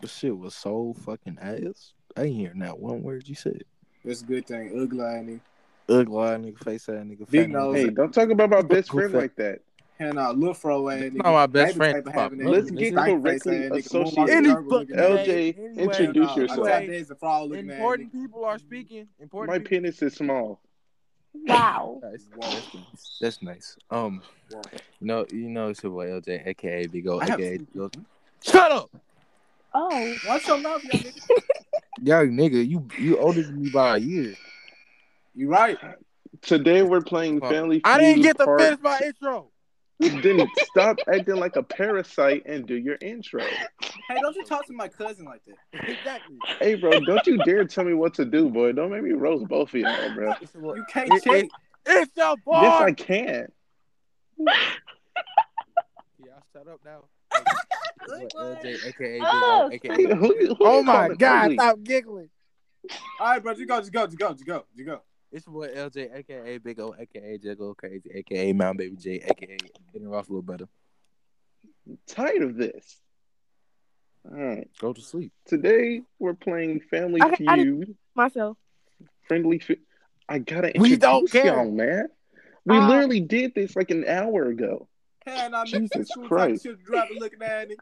S3: This shit was so fucking ass. I ain't hearing that one word you said.
S2: That's a good thing. Ugly eye, nigga.
S3: Ugly eye nigga, face ass nigga,
S2: Big
S3: fat nigga.
S2: nose.
S7: Hey, don't talk about my best
S3: Who
S7: friend
S3: fuck?
S7: like that.
S2: Hell nah, look for a way,
S3: That's
S2: nigga.
S3: not my best
S2: Type of
S3: friend,
S2: type of
S3: my
S2: having that
S3: brother.
S2: nigga.
S7: Let's get
S2: Type
S7: directly
S2: face ass nigga,
S7: associated.
S2: motherfucker,
S3: Any
S2: turtle
S3: fucking
S2: looking ass.
S7: LJ,
S3: day, anywhere
S7: introduce
S3: at all.
S7: yourself.
S2: Top days a frog looking ass.
S3: Important people are speaking.
S7: My
S3: Important people.
S7: penis is small.
S5: Wow.
S3: Nice. That's nice. That's nice. Um,
S2: Wow.
S3: you know, you know, it's your boy LJ, aka Big O,
S2: I have-
S3: aka Big O. Shut up,
S5: Oh.
S2: What's your mouth, young nigga?
S3: yo, nigga. You you older than me by a year.
S2: You right.
S7: Today we're playing
S3: Fuck.
S7: Family Feud.
S3: I didn't get to
S7: Part
S3: finish my intro.
S7: Two. Then stop acting like a parasite and do your intro.
S2: Hey, don't you talk to my cousin like that.
S3: Exactly.
S7: Hey, bro, don't you dare tell me what to do, boy. Don't make me roast both of y'all, bro.
S3: It's your boy-
S2: You can't
S3: It-
S2: check.
S3: it- It's your boy.
S7: Yes, I can.
S3: Yeah, I'll shut up now.
S2: Good
S3: Boy, LJ, aka Big O,
S5: Oh,
S7: Who,
S3: aka.
S7: who
S3: Oh
S7: you
S3: my
S7: calling
S3: God!
S7: ugly?
S3: Stop giggling.
S2: All right, bro, you go, just go, just go, just go, just go.
S3: It's your boy LJ, aka Big O, aka Juggle Crazy, aka Mount Baby J, aka Hidden Ross Little Brother.
S7: tired of this. All right.
S3: Go to sleep.
S7: Today, we're playing Family
S4: Okay, I didn't-
S7: Feud.
S4: Myself.
S7: Friendly Feud. I gotta introduce
S3: We don't care.
S7: y'all, man. We
S4: Uh,
S7: literally did this like an hour ago.
S2: Hell nah,
S7: Jesus
S2: nigga. School talking
S7: Christ.
S2: shit, driving looking at it.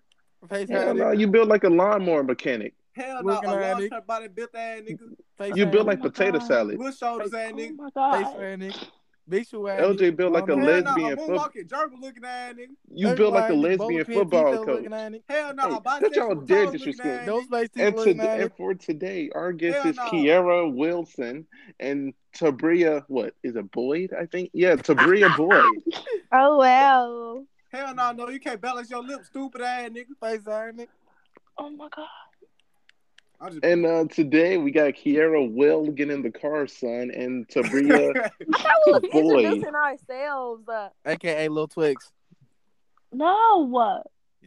S3: Face
S7: Hell
S3: ass
S7: no,
S3: nigga.
S7: you build like a lawnmower mechanic.
S2: Hell no,
S3: Looking
S2: nah,
S3: at
S2: a
S3: it.
S2: long term body built ass nigga.
S3: Face
S7: You
S3: ass
S7: build
S3: nigga.
S7: like
S5: Oh my
S7: potato
S5: God.
S7: salad.
S2: Wood shoulders ass
S5: Oh
S2: nigga.
S5: my
S3: Face
S5: god.
S3: ass nigga. Big shoe ass
S7: LJ
S3: nigga.
S7: built like a
S3: Long
S2: Hell
S3: ass
S2: no,
S7: lesbian
S2: a
S7: football.
S2: moonwalking gerbil looking ass nigga.
S7: You build like a
S3: Everybody,
S7: lesbian
S3: both pin,
S7: football
S3: teeth
S7: coach.
S3: looking at it.
S2: Hell
S7: Hey,
S2: no, a
S7: that's y'all
S2: bisexual
S7: dare
S2: dog looking
S7: disrespect.
S2: ass
S3: Those
S2: nigga.
S3: face teeth
S7: And, to,
S3: looking at
S7: and
S3: it.
S7: for today, our guest
S2: Hell
S7: is
S2: no.
S7: Kiara Wilson and Tabria. What is it, Boyd? I think. Yeah, Tabria Boyd.
S4: Oh well.
S2: Hell no, no, you can't balance your lips, stupid ass nigga.
S3: Face ass nigga.
S5: Oh my god.
S2: I just
S7: And uh, today we got Kiara Will get in the car, son, and Tabria.
S4: I thought we was
S7: Boy.
S4: introducing ourselves. Uh,
S3: AKA Lil Twix.
S5: No. Oh
S2: Whoa.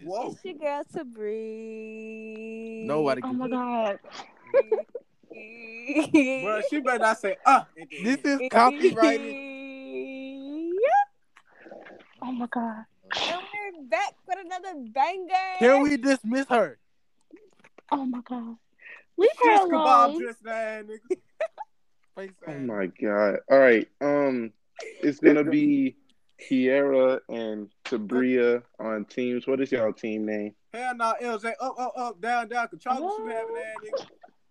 S1: Oh.
S4: it's your girl to breathe.
S3: Nobody
S5: Oh
S3: can.
S5: my god.
S2: Bro, she better not say uh. at the
S3: This
S2: end.
S3: is copyrighted.
S4: Yeah,
S5: Oh my god.
S4: and we're back with another banger.
S3: Can we dismiss her?
S5: Oh my god. Leave
S2: This
S5: her
S2: kebab
S5: alone.
S2: dressing ass nigga.
S3: Face
S7: oh
S3: ass.
S7: my god! All right, um, it's gonna be Kiara and Tabria on teams. What is y'all team name?
S2: Hell no, LJ, up, up, up, down, down, control the shoe having ass nigga.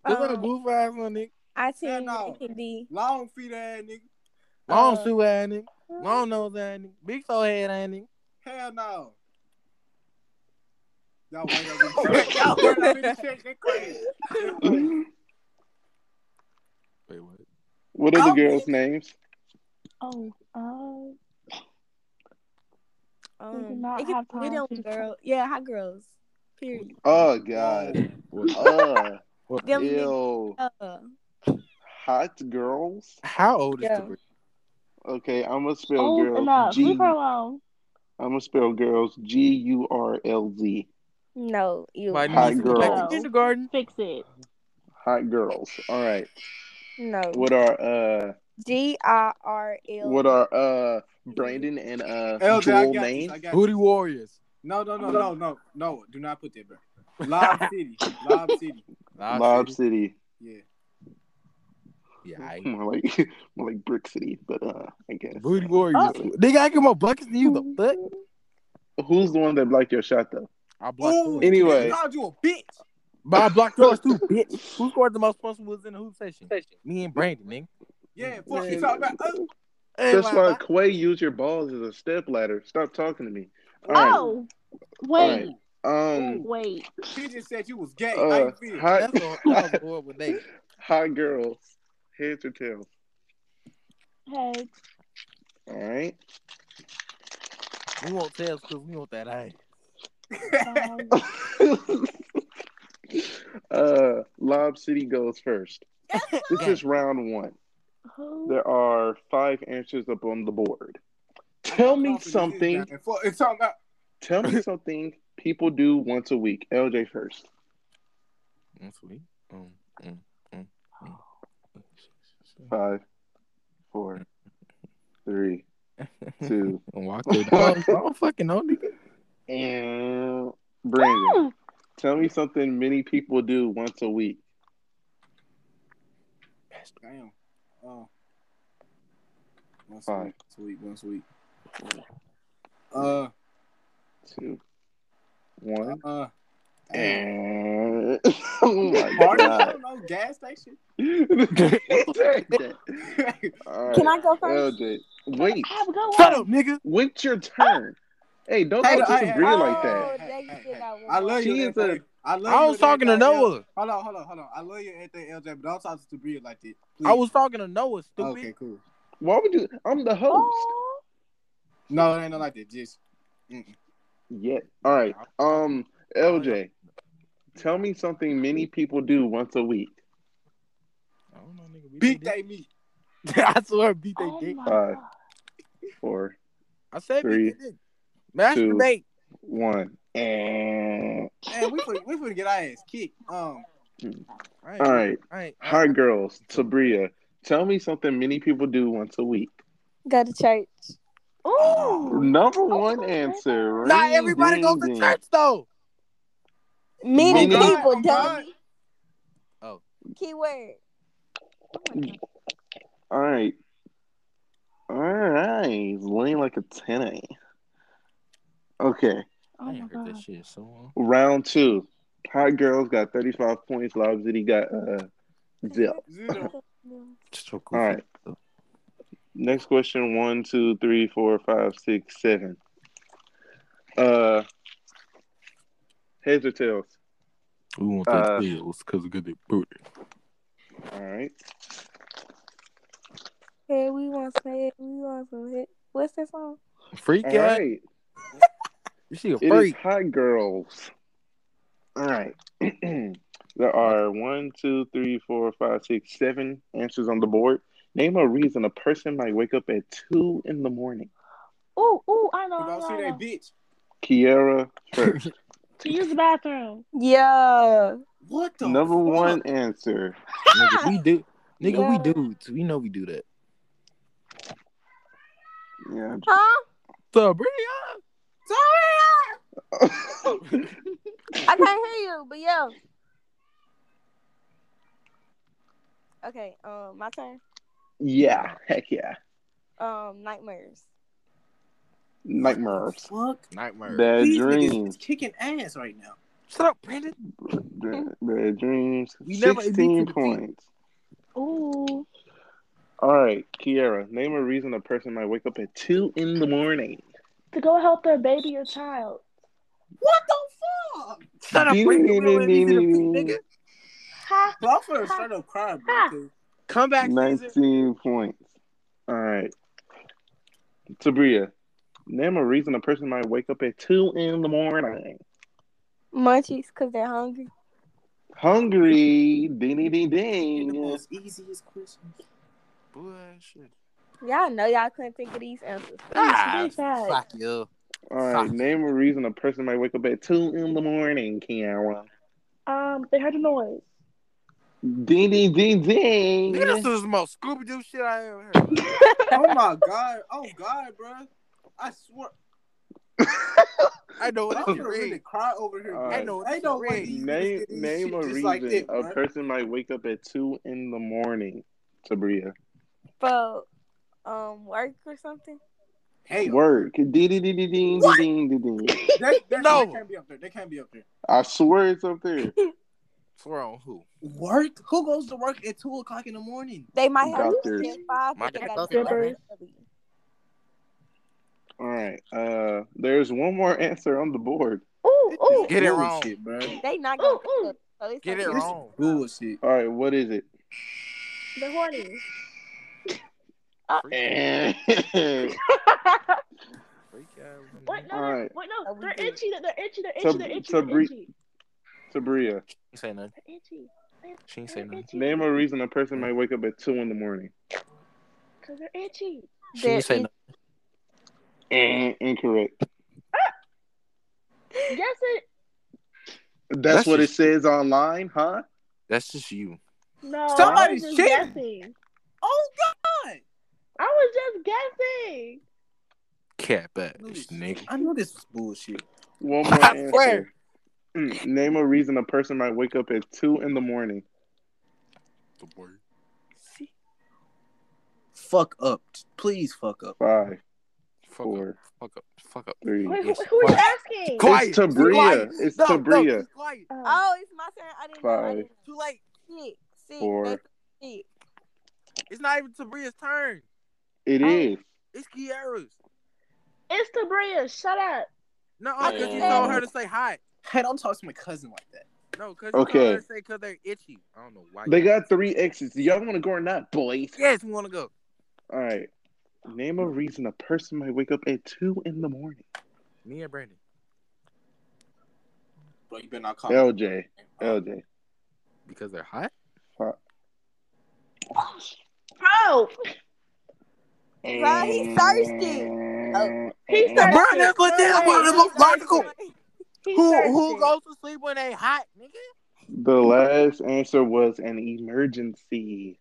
S3: Look at the
S4: Um,
S3: goof ass one nigga.
S4: I
S2: Hell
S4: team
S2: no.
S4: Lincoln D.
S2: Long feet ass nigga.
S3: Long
S4: Uh,
S3: shoe ass nigga. Long nose ass nigga. Big toe head ass nigga.
S2: Hell no. Y'all worried about me. Y'all worried about me. They crazy.
S3: Wait, what?
S1: What are the
S4: Oh.
S1: girls' names?
S5: Oh, uh,
S4: Um,
S5: not
S4: it could
S5: have
S4: be any
S5: time
S4: of 'em,
S5: to-
S4: girl. Yeah, hot girls. Period.
S1: Oh God. Uh,
S4: Them niggas,
S1: ew.
S4: uh,
S1: Hot girls.
S3: How old is
S4: Yeah.
S3: the
S1: Okay, I'm gonna spell
S5: old
S1: girls.
S5: enough.
S1: G.
S5: Leave her
S1: I'm
S5: alone.
S1: gonna spell girls. G U R L Z.
S4: no, you.
S3: My
S1: Hot
S3: niece is back to
S1: girls.
S3: kindergarten.
S5: Fix it.
S1: Hot girls. All right.
S4: No.
S1: What are uh?
S4: G I R L.
S1: What are uh? Brandon and uh
S2: LJ, I
S1: Joel
S2: got this.
S1: names.
S2: I got
S3: Booty
S2: this.
S3: Warriors.
S2: No, no, no, no, no, no. Do not put that, bro. Lob City. Lob City.
S3: Lob
S1: Lob
S3: City.
S1: City.
S2: Yeah.
S3: Yeah, I-
S1: More like more like Brick City, but uh, I guess.
S3: Booty Warriors.
S1: Oh.
S3: Uh, Nigga, I get more buckets than you. The fuck?
S1: Who's the one that blocked your shot though?
S3: I blocked yours.
S1: Anyway.
S2: I called you a bitch.
S3: But I blocked yours too, bitch. Who scored the most points when we was in the hoop session? Me and Brandon, nigga.
S2: Yeah, fuck
S1: Man.
S2: you talking about. us.
S1: That's why Quay used your balls as a step ladder. Stop talking to me. All right.
S5: Oh, wait,
S1: Um,
S5: wait.
S2: She just said you was gay. How
S1: uh,
S2: you feel?
S1: hot,
S3: That's a, that was a horrible day.
S1: hot girls, heads or tails.
S5: Hey,
S1: All right.
S3: We won't tell because we want that eye.
S5: um,
S1: uh, Lob City goes first. This
S3: Yeah.
S1: is round one.
S5: who?
S1: There are five answers up on the board. Tell me
S2: Confidence is down.
S1: something.
S2: And fuck- It's talking about.
S1: Tell me something people do once a week. LJ first.
S3: Mm, sweet. Mm, mm, mm, mm.
S1: Five, four, three, two,
S3: And walk through the house. mm. Oh, I don't fucking know, nigga.
S1: and Brandon.
S5: Ah,
S1: Tell me something many people do once a week.
S2: Damn. Oh. Once a
S1: Fine.
S2: week. Sweet. Once a week. Uh.
S1: Two, one,
S2: Uh. damn.
S1: and oh my
S2: Party? I
S1: god!
S2: don't know. Gas station.
S1: All
S4: Can
S1: right,
S4: I go first?
S1: LJ, wait,
S5: Have a good
S3: Shut
S5: one.
S3: up, nigga.
S1: when's your turn? Hey, don't
S2: Hey,
S1: talk
S2: hey,
S1: to
S2: hey,
S1: Sabria
S2: hey,
S1: like
S2: hey,
S1: that.
S4: That
S2: hey,
S4: shit
S2: hey.
S4: got one
S2: I love
S1: She
S2: you.
S1: is a-
S2: everything. I love
S3: I was
S2: you and
S3: talking to
S2: everything, L-
S3: Noah.
S2: Hold on, hold on, hold on. I love you and everything, LJ, but don't talk to Sabria like that. Please.
S3: I was talking to Noah, stupid.
S2: Okay, cool.
S1: Why would you? I'm the host.
S5: Oh,
S2: No, it ain't no like that. Just
S1: Yeah. All right. Um, LJ, tell me something many people do once a week.
S3: I don't know, nigga. We
S2: beat
S3: did
S2: they meat.
S3: it. I swear, beat they
S5: oh
S3: dick.
S5: my
S1: Five,
S5: God.
S1: four,
S3: I said
S1: Three,
S3: beat they dick. Masturbate.
S1: one, and
S2: Man, we finna, we finna get our ass kicked. Um,
S3: I ain't-
S1: all right.
S3: I ain't- I
S1: Hi,
S3: ain't-
S1: girls. Sabria, tell me something many people do once a week.
S4: Go to church.
S5: Ooh,
S1: Number one answer.
S3: Oh, Not
S1: Ring,
S3: everybody
S1: ding,
S3: goes to
S1: ding.
S3: church though.
S4: Many
S1: Many-
S4: people,
S2: I'm
S4: dummy.
S2: fine.
S3: Oh.
S4: Keyword.
S1: All right. All right. Laying like a 10 a. Okay.
S5: oh my God.
S3: shit so long.
S1: Round two. Hot girls got 35 points. Lob City got uh, zip.
S2: Zero.
S3: So
S1: All right. Next question one, two, three, four, five, six, seven. Uh, heads or tails?
S3: We want
S1: that Uh,
S3: because good at booty.
S1: All right.
S4: Hey, we want some head. We want some head. What's that song?
S3: Freak
S1: All
S3: out.
S1: right.
S3: She a
S1: It is
S3: freak.
S1: hot girls. All right. there are one, two, three, four, five, six, seven answers on the board. Name a reason a person might wake up at two in the morning.
S5: Ooh, ooh, I know,
S2: You
S5: I
S2: don't
S5: know,
S2: see
S5: I
S2: that
S5: know.
S2: bitch.
S1: Kiara first.
S5: To use the bathroom.
S4: Yeah.
S2: What the
S1: Number
S2: fuck?
S1: one answer.
S3: nigga, we do. Nigga, we
S4: Yeah.
S3: dudes. We know we do that.
S1: Yeah.
S4: Huh?
S3: Sabria.
S4: Sorry. I can't hear you, but yeah. Okay, um, my turn.
S1: yeah. Heck yeah.
S4: Um, nightmares.
S1: Nightmares.
S2: Fuck.
S3: Nightmare.
S1: Their
S2: These niggas
S1: dreams.
S2: is kicking ass right now.
S3: Shut up, Brandon.
S1: Their their dreams.
S3: We never admit to
S1: 16
S3: defeat.
S1: points.
S5: Ooh,
S1: All right. Kiara, name a reason a person might wake up at two in the morning.
S5: to go help their baby or child.
S2: What the fuck?
S3: Shut up, Brandon. We don't let these nigga.
S2: Bro, I'm finna straight up crying, bro. 'cause Come back, Caesar.
S1: 19 points. All right. Sabria, name a reason a person might wake up at 2 in the morning.
S4: Munchies, cause they're hungry.
S1: Hungry. Ding, ding, ding, ding.
S3: easiest question. Bullshit.
S4: Y'all know y'all couldn't think of these answers.
S3: Ah,
S4: Bitch, I-
S3: fuck you.
S1: All right.
S3: Fuck.
S1: Name a reason a person might wake up at 2 in the morning, Kiara.
S5: Um, they heard a noise.
S1: Ding, ding, ding,
S3: This
S1: ding.
S3: is the most Scooby Doo shit I ever heard.
S2: Oh my god. Oh god, bro. I swear.
S3: I know
S2: I'm
S3: what
S2: gonna
S3: you
S2: really
S3: read.
S2: cry over here.
S1: All
S2: bro.
S1: right.
S2: Ain't no, ain't no way. these niggas
S1: Name
S2: did this
S1: name
S2: shit
S1: a
S2: just
S1: reason
S2: like
S1: a
S2: that, bro.
S1: person might wake up at 2 in the morning, Sabria.
S4: For um work or something.
S2: Hey,
S1: Work. Ding, ding, ding, ding, ding, ding, ding, ding.
S2: that, that,
S3: No.
S2: they can't be up there. They can't be up there.
S1: I swear it's up there.
S3: Swear on who?
S2: Work? Who goes to work at two o'clock in the morning?
S4: They might have
S1: Doctors.
S4: to five,
S3: My
S4: but they
S3: dad
S4: got
S3: both
S4: to
S5: at work.
S1: All right. Uh, there's one more answer on the board.
S5: Ooh,
S2: Oh.
S5: ooh,
S3: Get it wrong.
S2: Bullshit, bro.
S4: They not
S5: ooh,
S4: gonna
S5: ooh.
S4: so it's
S3: Get it
S4: okay.
S3: wrong.
S2: Bullshit.
S1: All right, what is it?
S5: The horny.
S3: Freak,
S1: Eh. Sabria,
S3: freak out.
S5: Wait, no,
S1: All
S5: they're-
S1: right.
S5: wait,
S4: Are
S5: no,
S4: we
S5: they're
S4: good?
S5: itchy, they're itchy, they're
S1: Sub-
S5: itchy, they're itchy, they're
S1: Sabri-
S5: itchy,
S3: She ain't say nothing.
S5: they're itchy.
S3: She ain't say
S5: They're
S3: nothing.
S5: itchy.
S1: name a reason a person might wake up at two in the morning.
S5: Cause they're itchy.
S3: She ain't say
S4: They're-
S3: nothing.
S1: Eh, incorrect.
S5: Yes, it.
S1: That's,
S3: That's
S1: what
S3: just-
S1: it says online, huh?
S3: That's just you.
S5: No,
S2: Somebody's
S5: I was just
S2: cheating.
S5: guessing.
S2: Oh god.
S5: I was just guessing.
S3: Cat back,
S2: Loose.
S3: nigga.
S2: I knew this was bullshit.
S1: One more
S3: I
S1: answer.
S3: swear.
S1: Mm, Name a reason a person might wake up at two in the morning.
S3: The word.
S2: Fuck up. Please fuck up.
S1: Five,
S3: Fuck
S1: four,
S3: up. Fuck up. Fuck up.
S1: three.
S5: Wait,
S3: Yes.
S5: who, who is
S3: Quiet.
S5: asking?
S3: Quiet.
S1: It's Tabria.
S3: Quiet.
S1: It's
S3: No, no,
S1: Tabria.
S3: be quiet.
S5: Oh,
S4: Oh, it's my turn. I didn't know. I
S1: Five.
S4: didn't know. Too late. Six. Six.
S1: Four.
S4: That's six.
S3: It's not even Sabria's turn.
S1: It
S4: Oh.
S1: is.
S3: It's Kiara's.
S5: it's Tabria. Shut up.
S3: No,
S4: I
S3: because you
S4: just-
S3: told her to say hi.
S2: Hey, don't talk to my cousin like that.
S3: No, because you
S1: Okay.
S3: told her to say because they're itchy. I don't know why.
S1: They
S3: you-
S1: got three X's. Y'all want to go or not, boys?
S3: Yes, we want to go.
S1: All right. Name a reason a person might wake up at two in the morning.
S3: Me and Brandon.
S2: Bro, you better not call me.
S1: LJ, LJ,
S3: Because they're hot?
S5: Bro,
S4: Bro, he thirsty.
S3: Mm,
S5: He
S1: He's
S5: thirsty.
S3: Bro, that's what this is one of the most logical.
S5: he's
S3: Who
S5: thirsty.
S3: who goes to sleep when they hot, nigga?
S1: The last answer was an emergency.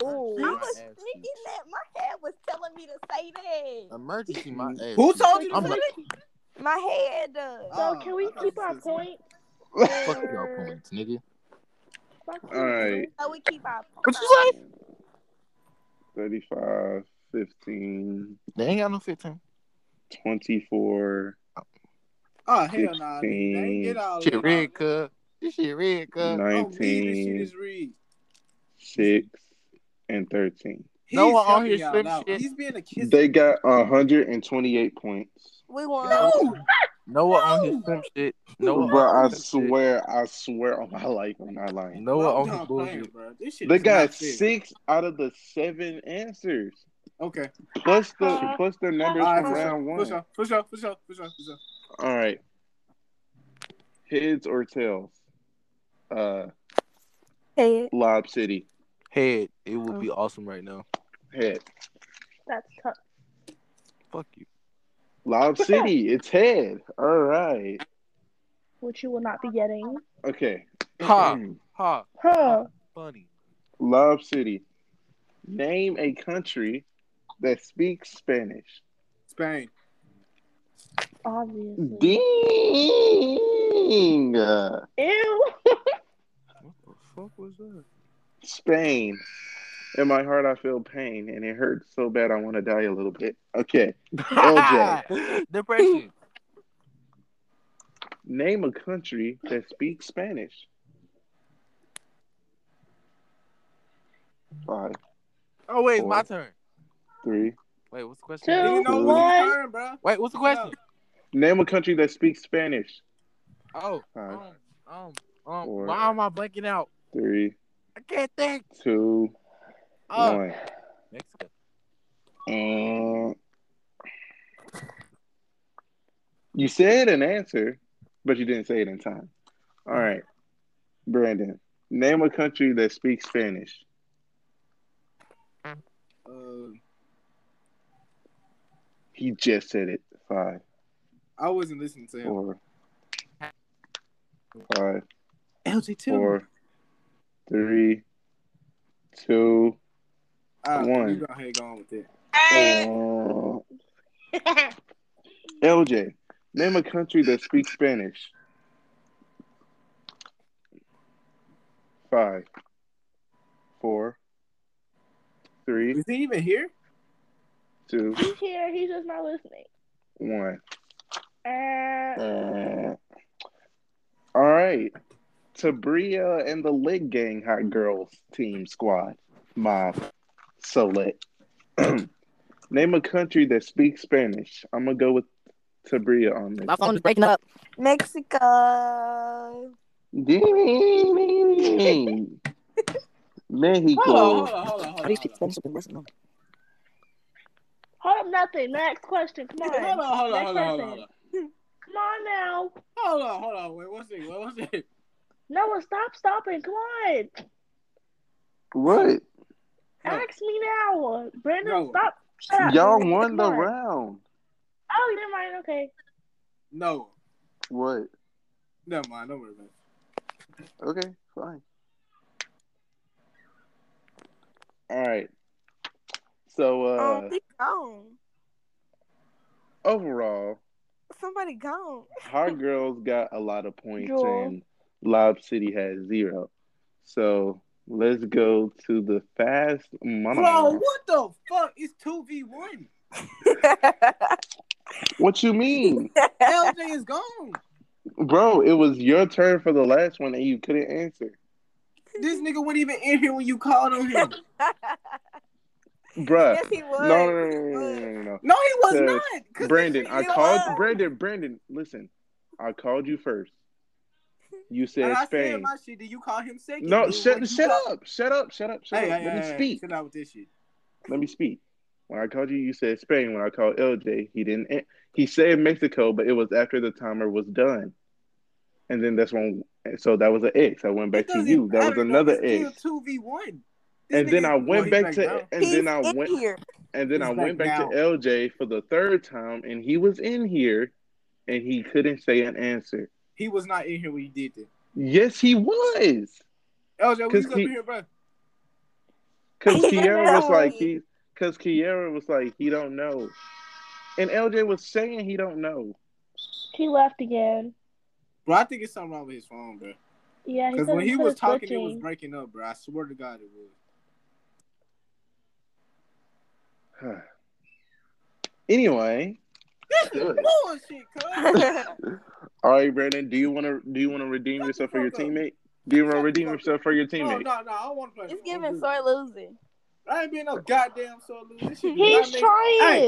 S4: I
S5: Ooh.
S4: was thinking that my head was telling me to say that.
S3: Emergency, my ass.
S2: Who told you to
S3: I'm
S2: say
S3: like-
S2: that?
S4: My head does.
S5: So
S2: Oh,
S5: can we
S2: I thought
S5: keep
S2: you
S5: our
S2: said
S5: point?
S3: Fuck
S5: Or-
S3: y'all points, nigga.
S5: fuck you.
S1: All right.
S4: So we keep our.
S3: What you say?
S1: 35, 15,
S3: They ain't got no 15.
S1: 24.
S2: Oh, hell nah. nigga. They ain't Get all
S3: Shit
S2: that.
S3: red, cuz. This shit red, cuz.
S2: I don't read Oh, this shit
S1: 19,
S2: is read.
S1: 6, and 13.
S2: He's
S3: No one on
S2: helping
S3: here
S2: y'all
S3: strip
S2: out.
S3: shit.
S2: He's being a kiss.
S1: They got 128 points.
S4: We won.
S2: no.
S3: Noah on his pimp shit. Noah
S1: Bro, I
S3: on his pimp shit.
S1: swear, I swear on my life, I'm not lying.
S2: Bro,
S3: Noah on
S2: you
S3: his
S2: not playing,
S3: bullshit.
S2: bro. This shit
S1: They
S2: is
S1: got
S2: not fair.
S1: six out of the seven answers.
S2: Okay.
S1: Plus the plus their numbers
S2: All right,
S1: from
S2: for
S1: round
S2: sure.
S1: one.
S2: For sure. For sure. For sure. For sure. For sure.
S1: All right. Heads or tails? Uh
S4: Head.
S1: Lob City.
S3: Head, it would
S5: Oh.
S3: be awesome right now.
S1: Head.
S5: That's tough.
S3: Fuck you.
S1: Lob City, it's head. All right.
S5: Which you will not be getting.
S1: Okay. Mm-hmm.
S3: Ha. Ha.
S5: Huh.
S3: Funny.
S1: Lob City. Name a country that speaks Spanish.
S2: Spain.
S5: Obviously.
S1: Ding.
S5: Ew.
S3: What the fuck was that?
S1: Spain. In my heart I feel pain and it hurts so bad I want to die a little bit. Okay. LJ.
S3: Depression.
S1: Name a country that speaks Spanish. Five,
S3: Oh wait, it's my
S1: Four.
S3: turing.
S1: three.
S3: Wait, what's the question?
S5: Two.
S2: Nigga, no,
S5: What?
S2: it's your turn, bro.
S3: Wait, what's the question?
S1: Name a country that speaks Spanish.
S3: Oh,
S1: Five,
S3: um, um, um
S1: Four.
S3: why am I blanking out?
S1: three,
S3: I can't think. Uh,
S1: two,
S2: Oh,
S1: one.
S8: Mexico.
S1: And you said an answer, but you didn't say it in time. All right, Brandon, name a country that speaks Spanish.
S2: uh,
S1: He just said it. Five,
S2: I wasn't listening to him.
S1: four, five,
S2: LG two.
S1: four, three, two,
S2: Ah,
S1: one.
S2: You go ahead, go on with it.
S1: Uh, LJ, name a country that speaks Spanish. Five, four, three,
S2: Is he even here?
S1: two,
S5: He's here. He's just not listening.
S1: one.
S5: Uh,
S1: Uh, all right. Tabria and the Lit Gang Hot Girls Team Squad. Mob. So lit. name a country that speaks Spanish. I'm going to go with Tabria on this.
S3: My phone is breaking up.
S4: Mexico.
S1: Ding. Mexico.
S2: on, hold on, hold
S3: I
S2: on,
S3: used to finish up and listen.
S5: hold up, nothing. Next question. Come on.
S2: hold on, hold on,
S5: Next
S2: hold on, hold on,
S5: person. Come on now.
S2: hold on, hold on, hold on. Wait, what's it? What was it?
S5: Noah, stop stopping. Come on.
S1: What?
S2: No.
S5: Ask me now. Brandon,
S2: No.
S5: stop. Shut up.
S1: Y'all
S5: Come
S1: won the
S5: on.
S1: round.
S5: Oh, never mind. Okay.
S2: No,
S1: What?
S2: never mind. Don't worry about it.
S1: Okay, fine. All right. So uh
S4: um, he gone.
S1: overall,
S4: Somebody gone.
S1: Hard Girls got a lot of points
S5: Joel.
S1: and Lob City has zero. So let's go to the fast
S2: Bro,
S1: monologue.
S2: what the fuck? It's two v one.
S1: What you mean?
S2: LJ is gone.
S1: Bro, it was your turn for the last one and you couldn't answer.
S2: This nigga wasn't even in here when you called on him.
S1: Bruh.
S4: yes, he was.
S1: No, no, no, no, no, no, no,
S2: No, he was
S1: Cause
S2: not. 'cause
S1: no. Brandon,
S2: this
S1: I
S2: nigga-
S1: called Brandon, Brandon, listen. I called you first. You
S2: And
S1: said
S2: I said
S1: Spain.
S2: my shit. Did you call him second?
S1: No,
S2: Dude,
S1: shut
S2: what you
S1: shut
S2: call-
S1: up. Shut up. Shut up. Shut
S2: Hey,
S1: up.
S2: hey,
S1: Let me
S2: hey,
S1: speak.
S2: Shut out with this shit.
S1: Let me speak. When I called you, you said Spain. When I called LJ, he didn't an- he said Mexico, but it was after the timer was done. And then that's when so that was an X. I went back to you. That was another X.
S2: Two v one.
S1: And then I went back to and
S4: He's
S1: then I
S4: in
S1: went
S4: here.
S1: And then
S2: He's
S1: I went
S2: back
S1: back
S2: now.
S1: to LJ for the third time, and he was in here, and he couldn't say an answer.
S2: He was not in here when you did that.
S1: Yes, he was,
S2: LJ, we
S1: 'Cause
S2: was up
S1: he-
S2: in here, bro.
S1: because
S4: Yeah,
S1: Kiara was
S4: no.
S1: like he, because Kiara was like he don't know, and LJ was saying he don't know.
S5: He left again.
S2: Bro, I think it's something wrong with his phone, bro.
S5: Yeah, he
S2: Because
S5: said
S2: when he
S5: said
S2: was
S5: it's
S2: talking, it was
S5: glitching.
S2: breaking up, bro. I swear to God, it was.
S1: anyway,
S2: Bullshit, cuz.
S1: all right, Brandon, do you want to do you want to redeem
S2: Shut the
S1: yourself for your
S2: fuck up.
S1: teammate? Do you want
S2: Shut
S1: to
S2: the
S1: redeem
S2: fuck
S1: yourself for your
S2: No,
S1: teammate?
S2: no, no. I don't want to play.
S4: It's
S2: I'm
S4: giving sore
S2: good.
S4: losing.
S2: I ain't being no goddamn sore loser. This shit do
S5: He's
S2: not make- Hey,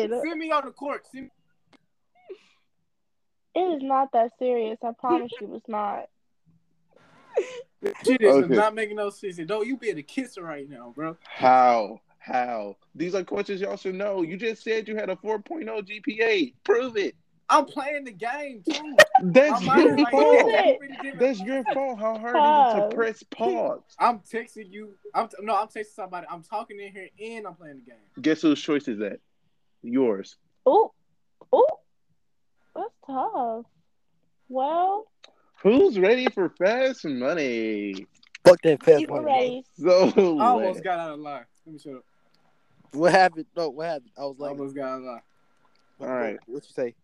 S5: trying.
S2: send me on the court. Send me-
S5: It is not that serious. I promise you, it's not.
S2: This shit is
S1: Okay.
S2: not making no sense. Though you be at a kisser right now, bro.
S1: How? How? These are questions y'all should know. You just said you had a 4.0 GPA. Prove it.
S2: I'm playing the game too.
S1: That's
S2: My mind
S1: your
S2: is like,
S5: Prove
S1: fault.
S5: it.
S2: you really didn't-
S1: That's your fault. How hard is it to
S5: Pause.
S1: press pause?
S2: I'm texting you. I'm t- no, I'm texting somebody. I'm talking in here and I'm playing the game.
S1: Guess whose choice is that? Yours.
S5: Oh, oh, that's tough. Well,
S1: Who's ready for fast money?
S3: Fuck that fast
S5: people
S3: money.
S5: ready.
S1: So
S2: I almost
S1: let-
S2: got out of line. Let me shut up.
S3: What happened? No, what happened? I was
S2: I
S3: like,
S2: almost got out of line.
S3: what,
S1: Alright.
S3: what you say?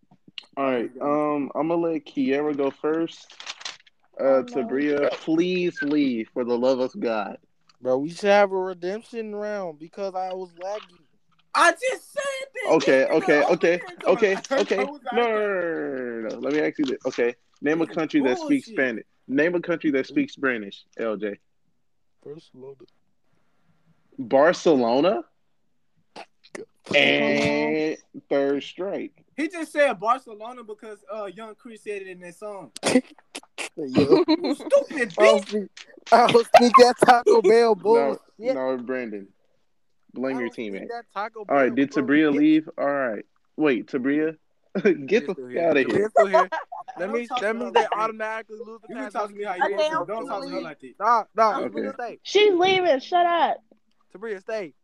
S1: all right. Um, I'm gonna let Kiera go first. Uh,
S5: Oh, no.
S1: Tabria, please leave for the love of God.
S3: Bro, we should have a redemption round because I was laggy.
S2: I just said that.
S1: Okay,
S2: This nigga
S1: okay,
S2: over
S1: okay,
S2: here doing-
S1: okay,
S2: I
S1: okay. No,
S2: was
S1: no,
S2: out
S1: no,
S2: there.
S1: no, no, no. Let me ask you this. Okay, name a country that speaks
S2: Bullshit.
S1: Spanish. Name a country that speaks Spanish. LJ.
S3: First load.
S1: Barcelona. And third strike.
S2: He just said Barcelona because uh, young Chris said it in that song.
S3: Yo.
S2: You stupid
S3: I
S1: Oh.
S3: was
S2: bitch.
S3: thinking- I was thinking that Taco Bell bullshit.
S1: No, no, Brandon. Blame your
S3: I don't eat
S1: teammate.
S3: that Taco
S1: All right,
S3: Bell,
S1: did
S3: bro.
S1: Tabria
S3: Get-
S1: leave? All right. Wait, Tabria, get the
S9: Get through
S1: fuck
S9: here.
S1: out of
S9: Get
S1: here.
S3: Get through here. That
S2: Don't
S3: means
S2: talk
S3: that
S2: to
S3: means
S2: her
S3: they
S2: like that.
S3: automatically lose the
S2: You
S3: pass.
S2: can talk to me how
S3: Tabria,
S2: you want to.
S3: stay.
S2: Don't talk to her like that.
S3: Nah, nah,
S1: Okay.
S3: Tabria, stay.
S5: She's leaving. Shut up.
S3: Tabria, stay.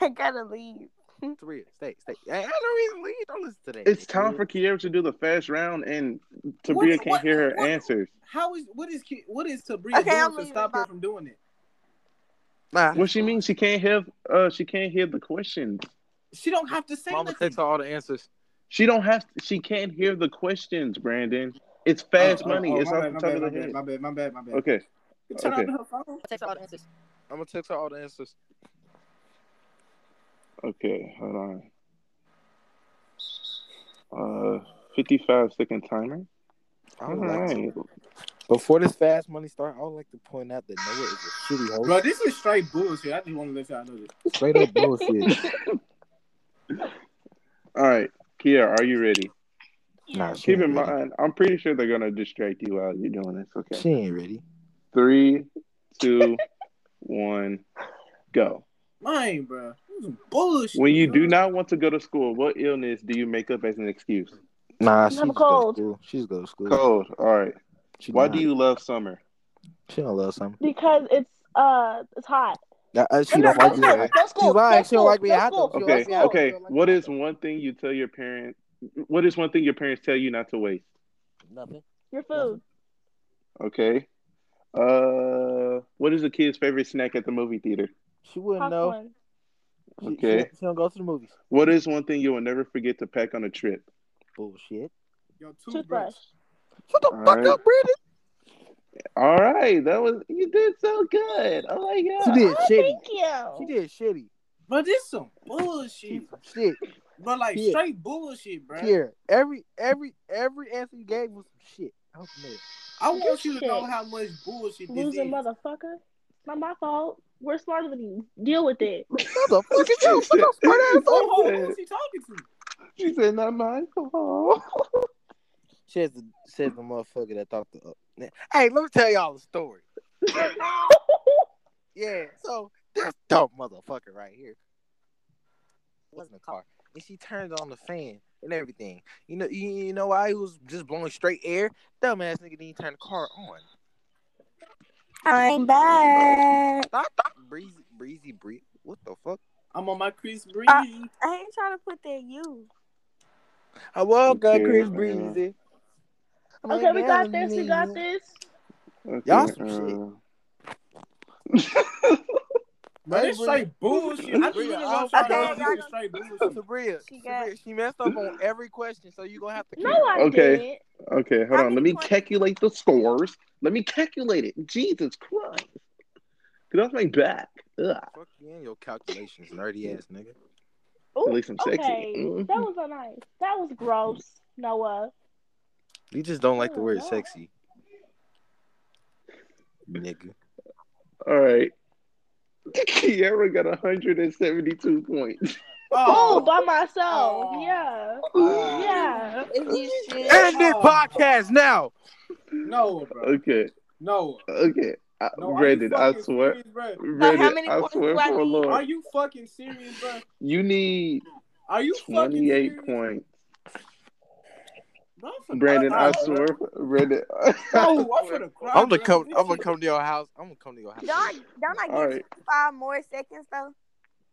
S4: I gotta leave.
S3: Tabria, stay, stay. Hey, I had no reason to leave. Don't listen to that.
S1: It's time for Kiera to do the fast round, and Tabria
S2: What-
S1: can't
S2: what-
S1: hear her
S2: what-
S1: answers.
S2: How is what is Ki- what is Tabria
S4: Okay, I'm
S2: doing to
S4: leaving.
S2: stop her
S4: Bye.
S2: from doing it?
S3: Nah.
S1: What she means? She can't hear. Uh, she can't hear the questions.
S2: She don't have to say
S9: Mama
S2: nothing.
S9: takes all the answers.
S1: She don't have. She can't hear the questions, Brandon. It's fast
S2: Oh, oh,
S1: money.
S2: oh,
S1: it's
S2: my
S1: off
S2: bad,
S1: the
S2: my
S1: top
S2: bad,
S1: of
S2: my
S1: the
S2: bad,
S1: head.
S2: my bad, my bad, my bad.
S1: Okay.
S2: You Turn
S1: okay.
S2: on her phone.
S10: Takes all the answers.
S3: I'm gonna text her all the answers.
S1: Okay. Hold on. Uh, fifty-five second timer.
S3: I
S1: All
S3: would like to.
S1: right.
S3: Before this fast money start, I would like to point out that Noah is a shitty host.
S2: Bro, this is straight bullshit. I just want to let y'all know this.
S3: Straight up bullshit.
S1: All right. Kiera, are you ready?
S3: nah, she
S1: Keep
S3: ain't
S1: in
S3: ready.
S1: mind, I'm pretty sure they're gonna distract you while you're doing this. Okay.
S3: She ain't ready.
S1: Three, two, one, go.
S2: Mine, bro. This is bullshit.
S1: When you
S2: bro.
S1: do not want to go to school, what illness do you make up as an excuse?
S3: Nah,
S5: You
S3: she's
S5: have a
S3: go to
S5: cold.
S3: school. She's go to school.
S1: Cold. All right.
S3: She
S1: Why
S3: not-
S1: do you love summer?
S3: She don't love something.
S5: Because it's uh it's hot.
S3: Nah, uh, she
S5: No, no,
S3: don't
S5: go
S3: like
S5: to
S3: me.
S5: school. Go to
S3: She's
S5: school. Go
S3: lying.
S5: to
S3: She don't
S5: school.
S3: like me.
S5: Go to
S3: hot
S5: school.
S3: though. She don't
S1: Okay.
S3: like me. hot.
S1: Okay.
S3: She don't like me
S1: What
S3: hot
S1: is one thing you tell your parent? What is one thing your parents tell you not to waste?
S3: though. Nothing.
S5: Your food.
S1: Okay. Uh, what is a kid's favorite snack at the movie theater?
S3: She wouldn't know.
S5: Popcorn.
S3: She, she-
S1: Okay.
S3: She, don't go to the movies.
S1: What is one thing you will never forget to pack on a trip?
S3: Bullshit.
S2: Your
S5: Toothbrush.
S2: toothbrush.
S3: Shut the
S1: All
S3: fuck
S1: right.
S3: up, Brandon.
S1: All right, that was you did so good. Oh my
S3: She
S1: god!
S3: did
S5: Oh,
S3: shitty.
S5: thank you.
S3: She did shitty.
S2: Bro, this some
S3: She
S2: bullshit.
S3: shit.
S2: Bro, like
S3: Yeah.
S2: straight bullshit, bro.
S3: Here, every every every answer you gave was some shit. I don't know.
S2: I want you to
S5: Shit.
S2: know how much bullshit this
S5: Loser
S2: is.
S5: motherfucker. Not my fault. We're smarter than you. Deal with it.
S3: What the fuck is you? What the smart ass
S2: Who,
S3: hoe?
S2: who, who is she talking to?
S1: She said, "Not mine." Oh.
S3: Says the says the motherfucker that thought the. Hey, let me tell y'all a story. Yeah, so this dumb motherfucker right here was in the car, and she turned on the fan and everything. You know, you, you know why he was just blowing straight air. Dumbass nigga didn't turn the car on.
S4: I'm back.
S3: Stop, breezy, breezy, breezy. What the fuck?
S2: I'm on my Chris Bree.
S4: Uh, I ain't trying to put that you.
S3: I woke up,
S1: Okay,
S3: Chris
S1: uh,
S3: Breezy.
S5: okay, we got this. We got this.
S1: Okay, uh,
S3: Y'all some shit.
S2: Bro, this
S3: Hey,
S2: straight bullshit. I just really
S3: Bria,
S2: want
S3: I
S2: y'all to know
S4: don't-
S2: this is straight bullshit.
S3: Sabria,
S4: She
S3: she,
S4: got-
S3: Sabria, she messed up on every question, so you gonna have to.
S5: No,
S3: count.
S5: I
S1: Okay.
S5: didn't.
S1: Okay, hold
S4: How
S1: on.
S4: many
S1: Let me
S4: points-
S1: calculate the scores. Let me calculate it. Jesus Christ. Get off my back. Ugh.
S3: Fuck you and your calculations, nerdy ass nigga.
S5: Ooh,
S1: At least I'm sexy.
S5: okay.
S1: Mhm.
S5: That was unnice. That was gross, Noah.
S3: You just don't like the
S5: Oh,
S3: word
S5: no.
S3: sexy, nigga.
S1: All right. Kiara got 172 points.
S5: Oh,
S2: Oh,
S5: by myself.
S2: Oh.
S5: Yeah.
S2: Oh.
S5: Yeah.
S3: End this
S2: Oh.
S3: podcast now.
S2: no, bro.
S1: Okay.
S2: No.
S1: Okay. I,
S2: No, are you
S1: Brandon, I
S2: fucking
S1: swear.
S2: serious, bro?
S4: how
S1: Brandon,
S4: many
S1: I
S4: points
S1: swear
S4: do I
S1: for
S4: need?
S2: Are
S1: Lord.
S2: you fucking serious, bro?
S1: You need
S2: Are you fucking
S1: 28
S2: serious?
S1: points.
S2: Bro, I'm finna
S1: Brandon,
S2: cry,
S1: I
S2: bro.
S1: swear. Brandon.
S2: No, I'm finna cry.
S3: I'm gonna
S2: bro.
S3: come.
S2: This
S3: I'm gonna
S2: shit-
S3: come to your house. I'm gonna come to your house.
S4: Don't I, don't I get
S1: All right.
S4: five more seconds though?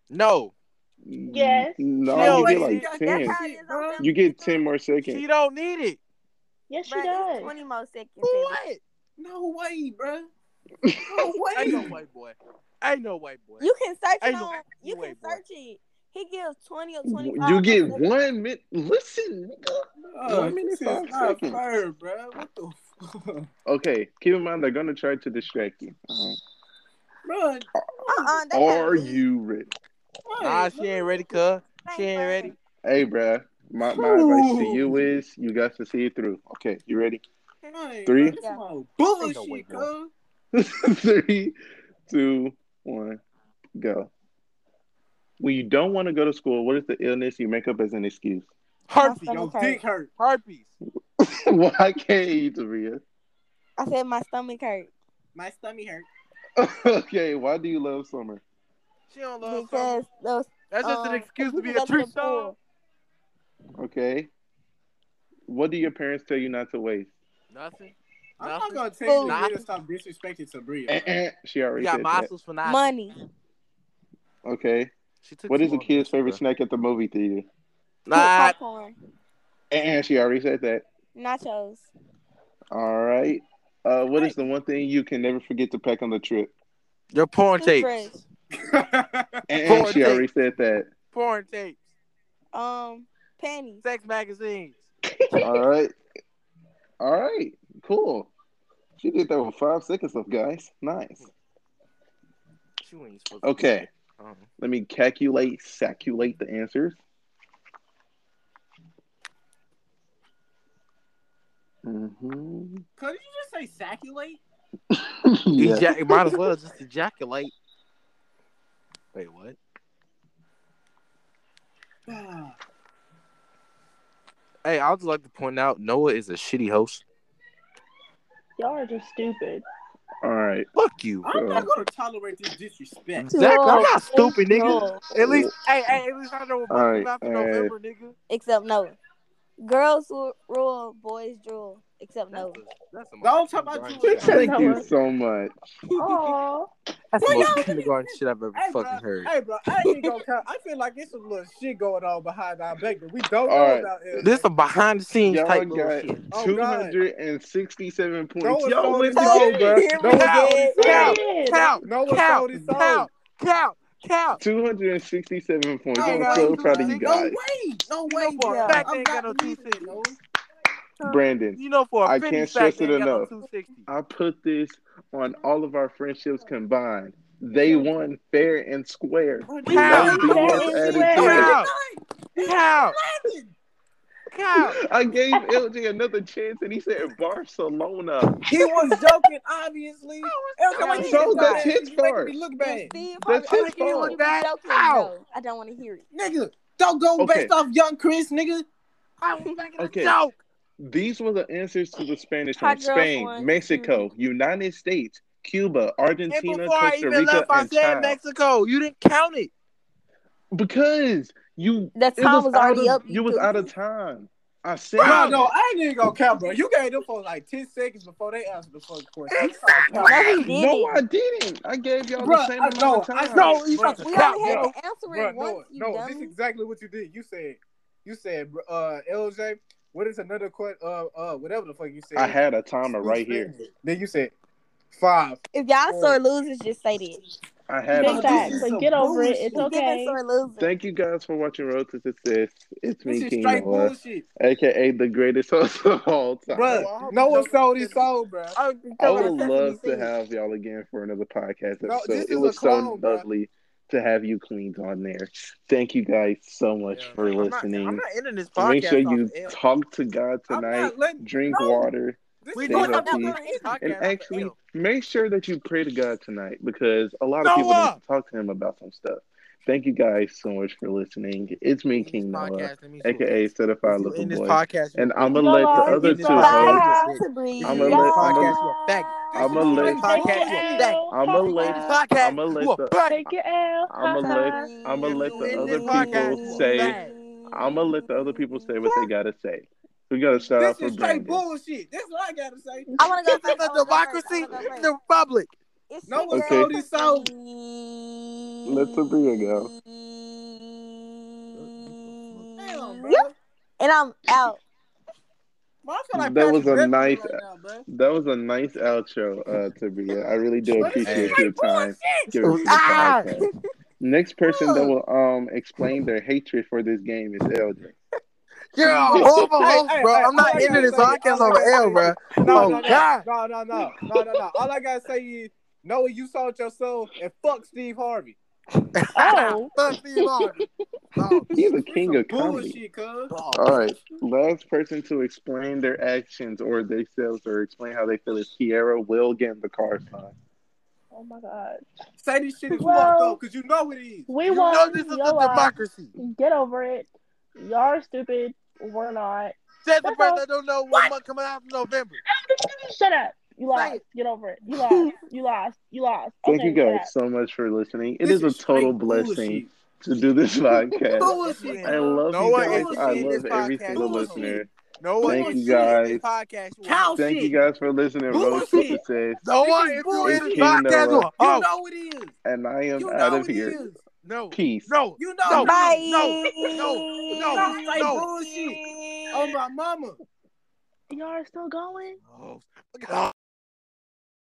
S3: No,
S5: Yes.
S1: No,
S3: Chill,
S1: you get
S3: Brandon.
S1: like
S4: That's
S1: ten.
S4: how it is on film.
S1: You get ten more
S3: she
S1: seconds.
S3: don't need it.
S5: Yes, she
S4: Bruh, it's
S5: does.
S4: Twenty more seconds.
S3: For
S4: baby.
S3: what? Oh,
S2: No way, bro. No
S3: Ain't no
S2: way.
S3: white boy. Ain't no white boy.
S4: You can search it
S3: Ain't no
S4: on. You can
S3: way, boy.
S4: search it. He gives twenty or twenty-five.
S1: You get
S4: more
S1: one minute. Listen. nigga.
S2: Bro,
S1: One minute,
S2: this is
S1: five
S2: not
S1: seconds.
S2: fair, bro. What the fuck?
S1: Okay, keep in mind they're gonna try to distract you. All
S2: Bro,
S4: seconds. Uh-uh,
S1: right. Are you ready?
S3: Nah, she ain't ready, cuz. She ain't ready.
S1: Hey, bruh. My, my advice to you is you got to see it through. Okay, you ready? Three.
S2: Three.
S4: Yeah.
S3: Ain't no way,
S2: Bullshit,
S3: bro.
S2: cuz.
S1: Three, two, one, go. When you don't want to go to school, what is the illness you make up as an excuse?
S3: Herpes.
S4: My
S2: Your
S4: Okay.
S2: dick hurt.
S3: Herpes.
S1: Why can't you, Tabia?
S4: I said my stomach hurt.
S2: My stomach hurt.
S1: okay, why do you love summer?
S3: She don't love summer.
S4: Because those
S3: That's just an
S4: um,
S3: excuse to be
S4: people
S3: a
S4: that live
S3: trick dog.
S1: Okay. What do your parents tell you not to waste?
S3: Nothing.
S2: I'm
S3: Nothing.
S2: not gonna tell you
S3: Nothing.
S2: to stop disrespecting Sabria.
S1: Eh, eh, she
S3: We
S1: already
S3: got
S1: said that.
S3: muscles for
S4: poor.
S3: nine.
S4: money.
S1: Okay.
S3: She took
S1: What
S3: too
S1: is a
S3: long,
S1: kid's
S3: bro.
S1: favorite snack at the movie theater?
S3: Nah,
S4: Popcorn.
S1: Eh, eh, she already said that.
S4: Nachos.
S1: All right. Uh, what is the one thing you can never forget to pack on the trip?
S3: your porn
S4: Toothbrush.
S3: tapes.
S1: Eh, eh,
S3: Four
S1: she already said that.
S3: Porn tapes.
S4: Um, panties.
S3: Sex magazines.
S1: All right. All right. Cool. She did that with five seconds of guys. Nice.
S3: She ain't supposed to
S1: Okay.
S3: do that. Uh-uh.
S1: Let me calculate, saculate the answers. Mm-hmm.
S2: Could you just say saculate?
S1: yeah.
S3: Ejac- might as well just ejaculate. Wait, what? Hey, I would like to point out Noah is a shitty host.
S4: Y'all are just stupid.
S1: All right.
S3: Fuck you.
S2: I'm not gonna tolerate this disrespect.
S3: Exactly. I'm not stupid, nigga.
S4: Noah.
S3: At least, hey, hey, at least I know
S1: All
S3: about
S1: right,
S3: you after
S1: all right.
S3: November, nigga.
S4: Except Noah. Girls ru- rule, boys drool. Except
S3: That's
S4: Noah.
S3: a, that's a
S2: Don't
S3: motherfucking
S2: talk about
S3: garden
S2: you.
S3: shit I've-
S1: Thank you so much.
S4: Aww.
S3: That's the
S2: Well,
S3: most
S2: y'all-
S3: kindergarten shit I've ever
S2: Hey, bro.
S3: fucking heard.
S2: Hey, bro, I ain't gonna count. I feel like it's some little shit going on behind our back that we don't know
S1: All right.
S2: about. Elder.
S3: This is a behind the scenes
S1: Y'all
S3: type little
S1: got
S3: shit.
S2: Oh,
S1: two
S2: God.
S1: hundred and sixty-seven
S2: No
S1: points.
S2: one
S1: Y'all
S2: sold
S1: win
S2: his soul,
S1: the game.
S2: bro. No one sold his
S3: Cow,
S2: soul.
S3: cow,
S2: No one
S3: cow,
S2: sold his soul.
S3: cow, cow, cow.
S1: Two hundred and sixty-seven points.
S2: Oh,
S1: I'm
S2: God.
S1: so proud of you
S2: No
S1: guys,
S2: way! No
S3: You know
S2: way,
S3: for
S2: bro.
S3: a fact they
S2: I'm
S3: ain't got no
S2: not leaving.
S3: 260.
S2: No.
S1: Brandon.
S3: You know for a
S1: I
S3: penny
S1: can't stress
S3: fact they
S1: it
S3: ain't got no
S1: enough.
S3: 260.
S1: I put this on all of our friendships combined. They won fair and square. We
S3: How?
S1: love the
S4: Fair
S1: yes
S4: and
S1: attitude.
S3: Cow,
S4: square.
S3: cow,
S1: Oh.
S3: cow.
S1: I gave LJ another chance and he said Barcelona.
S2: He was joking, obviously. Elder, why you
S1: So
S2: look
S1: that's
S2: bad?
S1: his
S2: You making
S1: part.
S2: me look bad.
S4: Steve
S1: That's
S4: Harvey,
S1: his
S4: you
S1: fault.
S4: be
S3: That-
S4: joking,
S3: Ow.
S4: no. I don't want to hear it.
S2: Nigga, don't go
S1: Okay.
S2: based off young Chris, nigga.
S3: I was making a
S1: Okay.
S3: joke.
S1: These were the answers to the Spanish one
S4: Hot girls
S1: Spain,
S4: won. Mm-hmm.
S1: Mexico, United States, Cuba,
S3: And
S1: Argentina,
S3: before I
S1: Costa
S3: even
S1: Rica,
S3: left, I
S1: and
S3: said
S1: China.
S3: Mexico. You didn't count it.
S1: Because you
S4: The
S1: it
S4: time was
S1: out
S4: already
S1: of-
S4: up, you
S1: You was
S4: goofy.
S1: out of time. I said
S2: Bro, no,
S1: that.
S2: I ain't even gonna count, bro. You gave them for like 10 seconds before they answered the fucking question. You
S4: No,
S2: start counting.
S4: we didn't.
S1: No, I didn't. I gave y'all
S2: Bruh,
S1: the same
S2: I
S1: amount
S2: know,
S1: of
S2: I
S1: time.
S2: know.
S3: you
S2: Bruh,
S3: about to
S4: we
S3: count.
S4: only had
S2: Bro,
S4: to answer
S2: Bro,
S4: it
S2: no,
S4: once, you
S2: no, this is
S4: dummy.
S2: exactly what you did. You said, you said, br- uh, LJ, what is another question? Uh, uh, whatever the fuck you said.
S1: I had a timer
S2: Speak
S1: right here.
S2: Spanish. Then you said five.
S4: If y'all sore losers, just say that.
S1: I had
S4: Big
S1: a
S2: this
S4: facts.
S2: is
S1: timer.
S2: some
S4: Like,
S2: get
S4: get
S2: over
S4: over
S2: it.
S4: it.
S2: bullshit. It's
S4: It's
S2: okay.
S4: okay. Giving sore losers.
S1: Thank you guys for watching Road to Success. It's
S2: This
S1: me,
S2: is
S1: King
S2: straight
S1: Noah,
S2: bullshit,
S1: aka the greatest host of all time.
S2: bro.
S3: Well, I hope
S2: No
S3: you
S2: one
S3: don't
S2: sold his
S3: consider-
S2: soul, bro.
S4: Oh,
S3: I was
S1: I
S3: talking
S1: would
S3: about
S1: love to
S3: Sesame Street.
S1: have y'all again for another podcast
S2: No,
S1: episode.
S2: this
S1: it
S2: is
S1: was
S2: a clone,
S1: so
S2: bro.
S1: lovely to have you queens on there. Thank you guys so much
S3: Yeah.
S1: for
S3: I'm not,
S1: listening.
S3: I'm not ending this podcast.
S1: Make sure
S3: off
S1: you
S3: of L.
S1: talk to God
S2: I'm
S1: tonight.
S2: not letting.
S1: Drink
S2: No,
S1: water.
S2: This
S3: We
S2: is
S1: Stay
S3: doing I'm
S2: what I'm
S3: not
S1: healthy.
S2: gonna
S3: letting this
S2: end.
S3: podcast
S1: And
S3: off of
S1: actually,
S3: L.
S1: make sure that you pray to God tonight because a lot of people
S3: Noah!
S1: need to talk to Him about some stuff. Thank you guys so much for listening. It's me,
S3: End this
S1: King Noah,
S3: podcast, let me shoot
S1: aka
S3: If
S1: Certified
S3: you
S1: Little
S3: end this
S1: Boy.
S3: podcast,
S1: And I'm gonna
S4: No
S1: let the
S4: lie,
S1: other two
S3: end this podcast,
S1: hosts.
S4: Bye,
S3: you a bitch.
S4: Sabrina.
S3: If
S1: I'm
S3: you
S1: gonna
S3: end this
S1: let. I'm
S3: podcast,
S1: gonna.
S3: you a faggot.
S2: This
S1: I'm gonna
S3: If
S2: is
S3: you end
S1: let.
S2: straight
S3: this
S4: Take
S3: podcast, you
S4: your
S1: I'm
S3: a faggot. If
S4: L.
S2: bullshit.
S1: gonna
S3: you end this
S1: let. I'm gonna
S3: podcast, you
S1: let
S3: a
S1: the.
S3: faggot.
S4: Take your L.
S1: I'm gonna let. I'm gonna
S3: If
S1: let
S3: you
S1: the
S3: end
S1: other
S3: this
S1: people
S3: podcast, you a
S1: say.
S3: faggot.
S1: I'm gonna let the other people say what they gotta say. We gotta shout out
S2: This
S1: for
S2: is straight
S1: Brandon.
S2: bullshit. That's what I gotta say.
S4: I want to go
S3: This
S4: first.
S3: is
S4: I
S3: a
S4: want to go first. I
S3: democracy
S4: want to go
S3: in
S4: first.
S3: the republic.
S4: It's
S2: No
S4: your
S2: one
S4: girl,
S1: Okay.
S2: sold his soul.
S1: Let Sabria go.
S2: Damn,
S4: Sabrina.
S2: bro.
S4: Yep. And I'm out.
S2: Bro, I feel like
S1: That was a
S2: Patrick Beverly
S1: nice-
S2: right now, bro.
S1: That was a nice outro, uh, Tabria. I really do
S2: But this is
S1: appreciate your
S2: straight
S1: time
S2: bullshit.
S1: giving us the
S3: Ah!
S1: podcast. Next person that
S2: Look.
S1: will um explain their hatred for this game is LJ.
S3: You're a
S2: Hey,
S3: horrible
S2: hey,
S3: host,
S2: hey,
S3: bro.
S2: hey,
S3: I'm
S2: all
S3: not
S2: I
S3: ending
S2: gotta
S3: this
S2: say-
S3: podcast
S2: all I
S3: over
S2: gotta
S3: L,
S2: say-
S3: bro.
S2: No,
S3: Oh,
S2: no, no,
S3: God.
S2: no, no, no, no, no, no. All I gotta say is, Noah, you sold your soul and fuck Steve Harvey.
S4: Oh.
S3: Fuck Steve Harvey. Oh,
S1: He's the
S2: This
S1: king
S2: some
S1: of comedy.
S2: bullshit, cuz.
S3: dog.
S1: All right. Last person to explain their actions or themselves or explain how they feel is Kiera will get in the car sign.
S4: Oh my God.
S2: Say this shit is fucked
S4: Well-
S2: up, cause you know it is.
S4: We
S3: You know
S4: won.
S3: this is a
S4: Y'all lost.
S3: democracy.
S4: Get over it. Y'all are stupid. We're not.
S3: Said the
S4: That's all.
S3: person that don't know what month coming out in November.
S4: Shut up.
S5: You lost. Get over it. You lost. You lost. You lost.
S1: Thank
S5: Okay,
S1: you guys
S5: crap.
S1: so much for listening. It
S2: This
S1: is a
S2: is
S1: total
S2: straight
S1: blessing to do this podcast.
S2: Bullshit.
S1: I love
S3: No
S1: you
S3: one
S1: guys.
S3: is
S1: I
S3: seeing this
S1: love every
S3: podcast.
S1: single
S2: Bullshit.
S1: listener.
S3: No one
S1: Thank
S3: is
S1: you
S3: doing
S1: guys.
S3: this podcast. with-
S2: Cow
S1: Thank
S2: shit.
S1: you guys for listening. Rose
S2: Bullshit.
S1: Sister says,
S3: No one
S2: This
S3: is
S2: is
S3: doing this
S1: bullshit.
S3: podcast.
S1: King
S3: with-
S1: Noah.
S2: You
S3: Oh,
S2: know it is.
S1: and I am
S2: You
S1: out
S2: know
S1: of
S2: it is.
S1: here.
S3: no,
S1: Peace.
S3: no,
S2: You know
S3: No,
S2: it is.
S4: Bye.
S3: no, no, no,
S2: Sounds like
S3: no.
S2: bullshit. Oh my mama.
S5: Y'all are still going?
S3: Oh, God.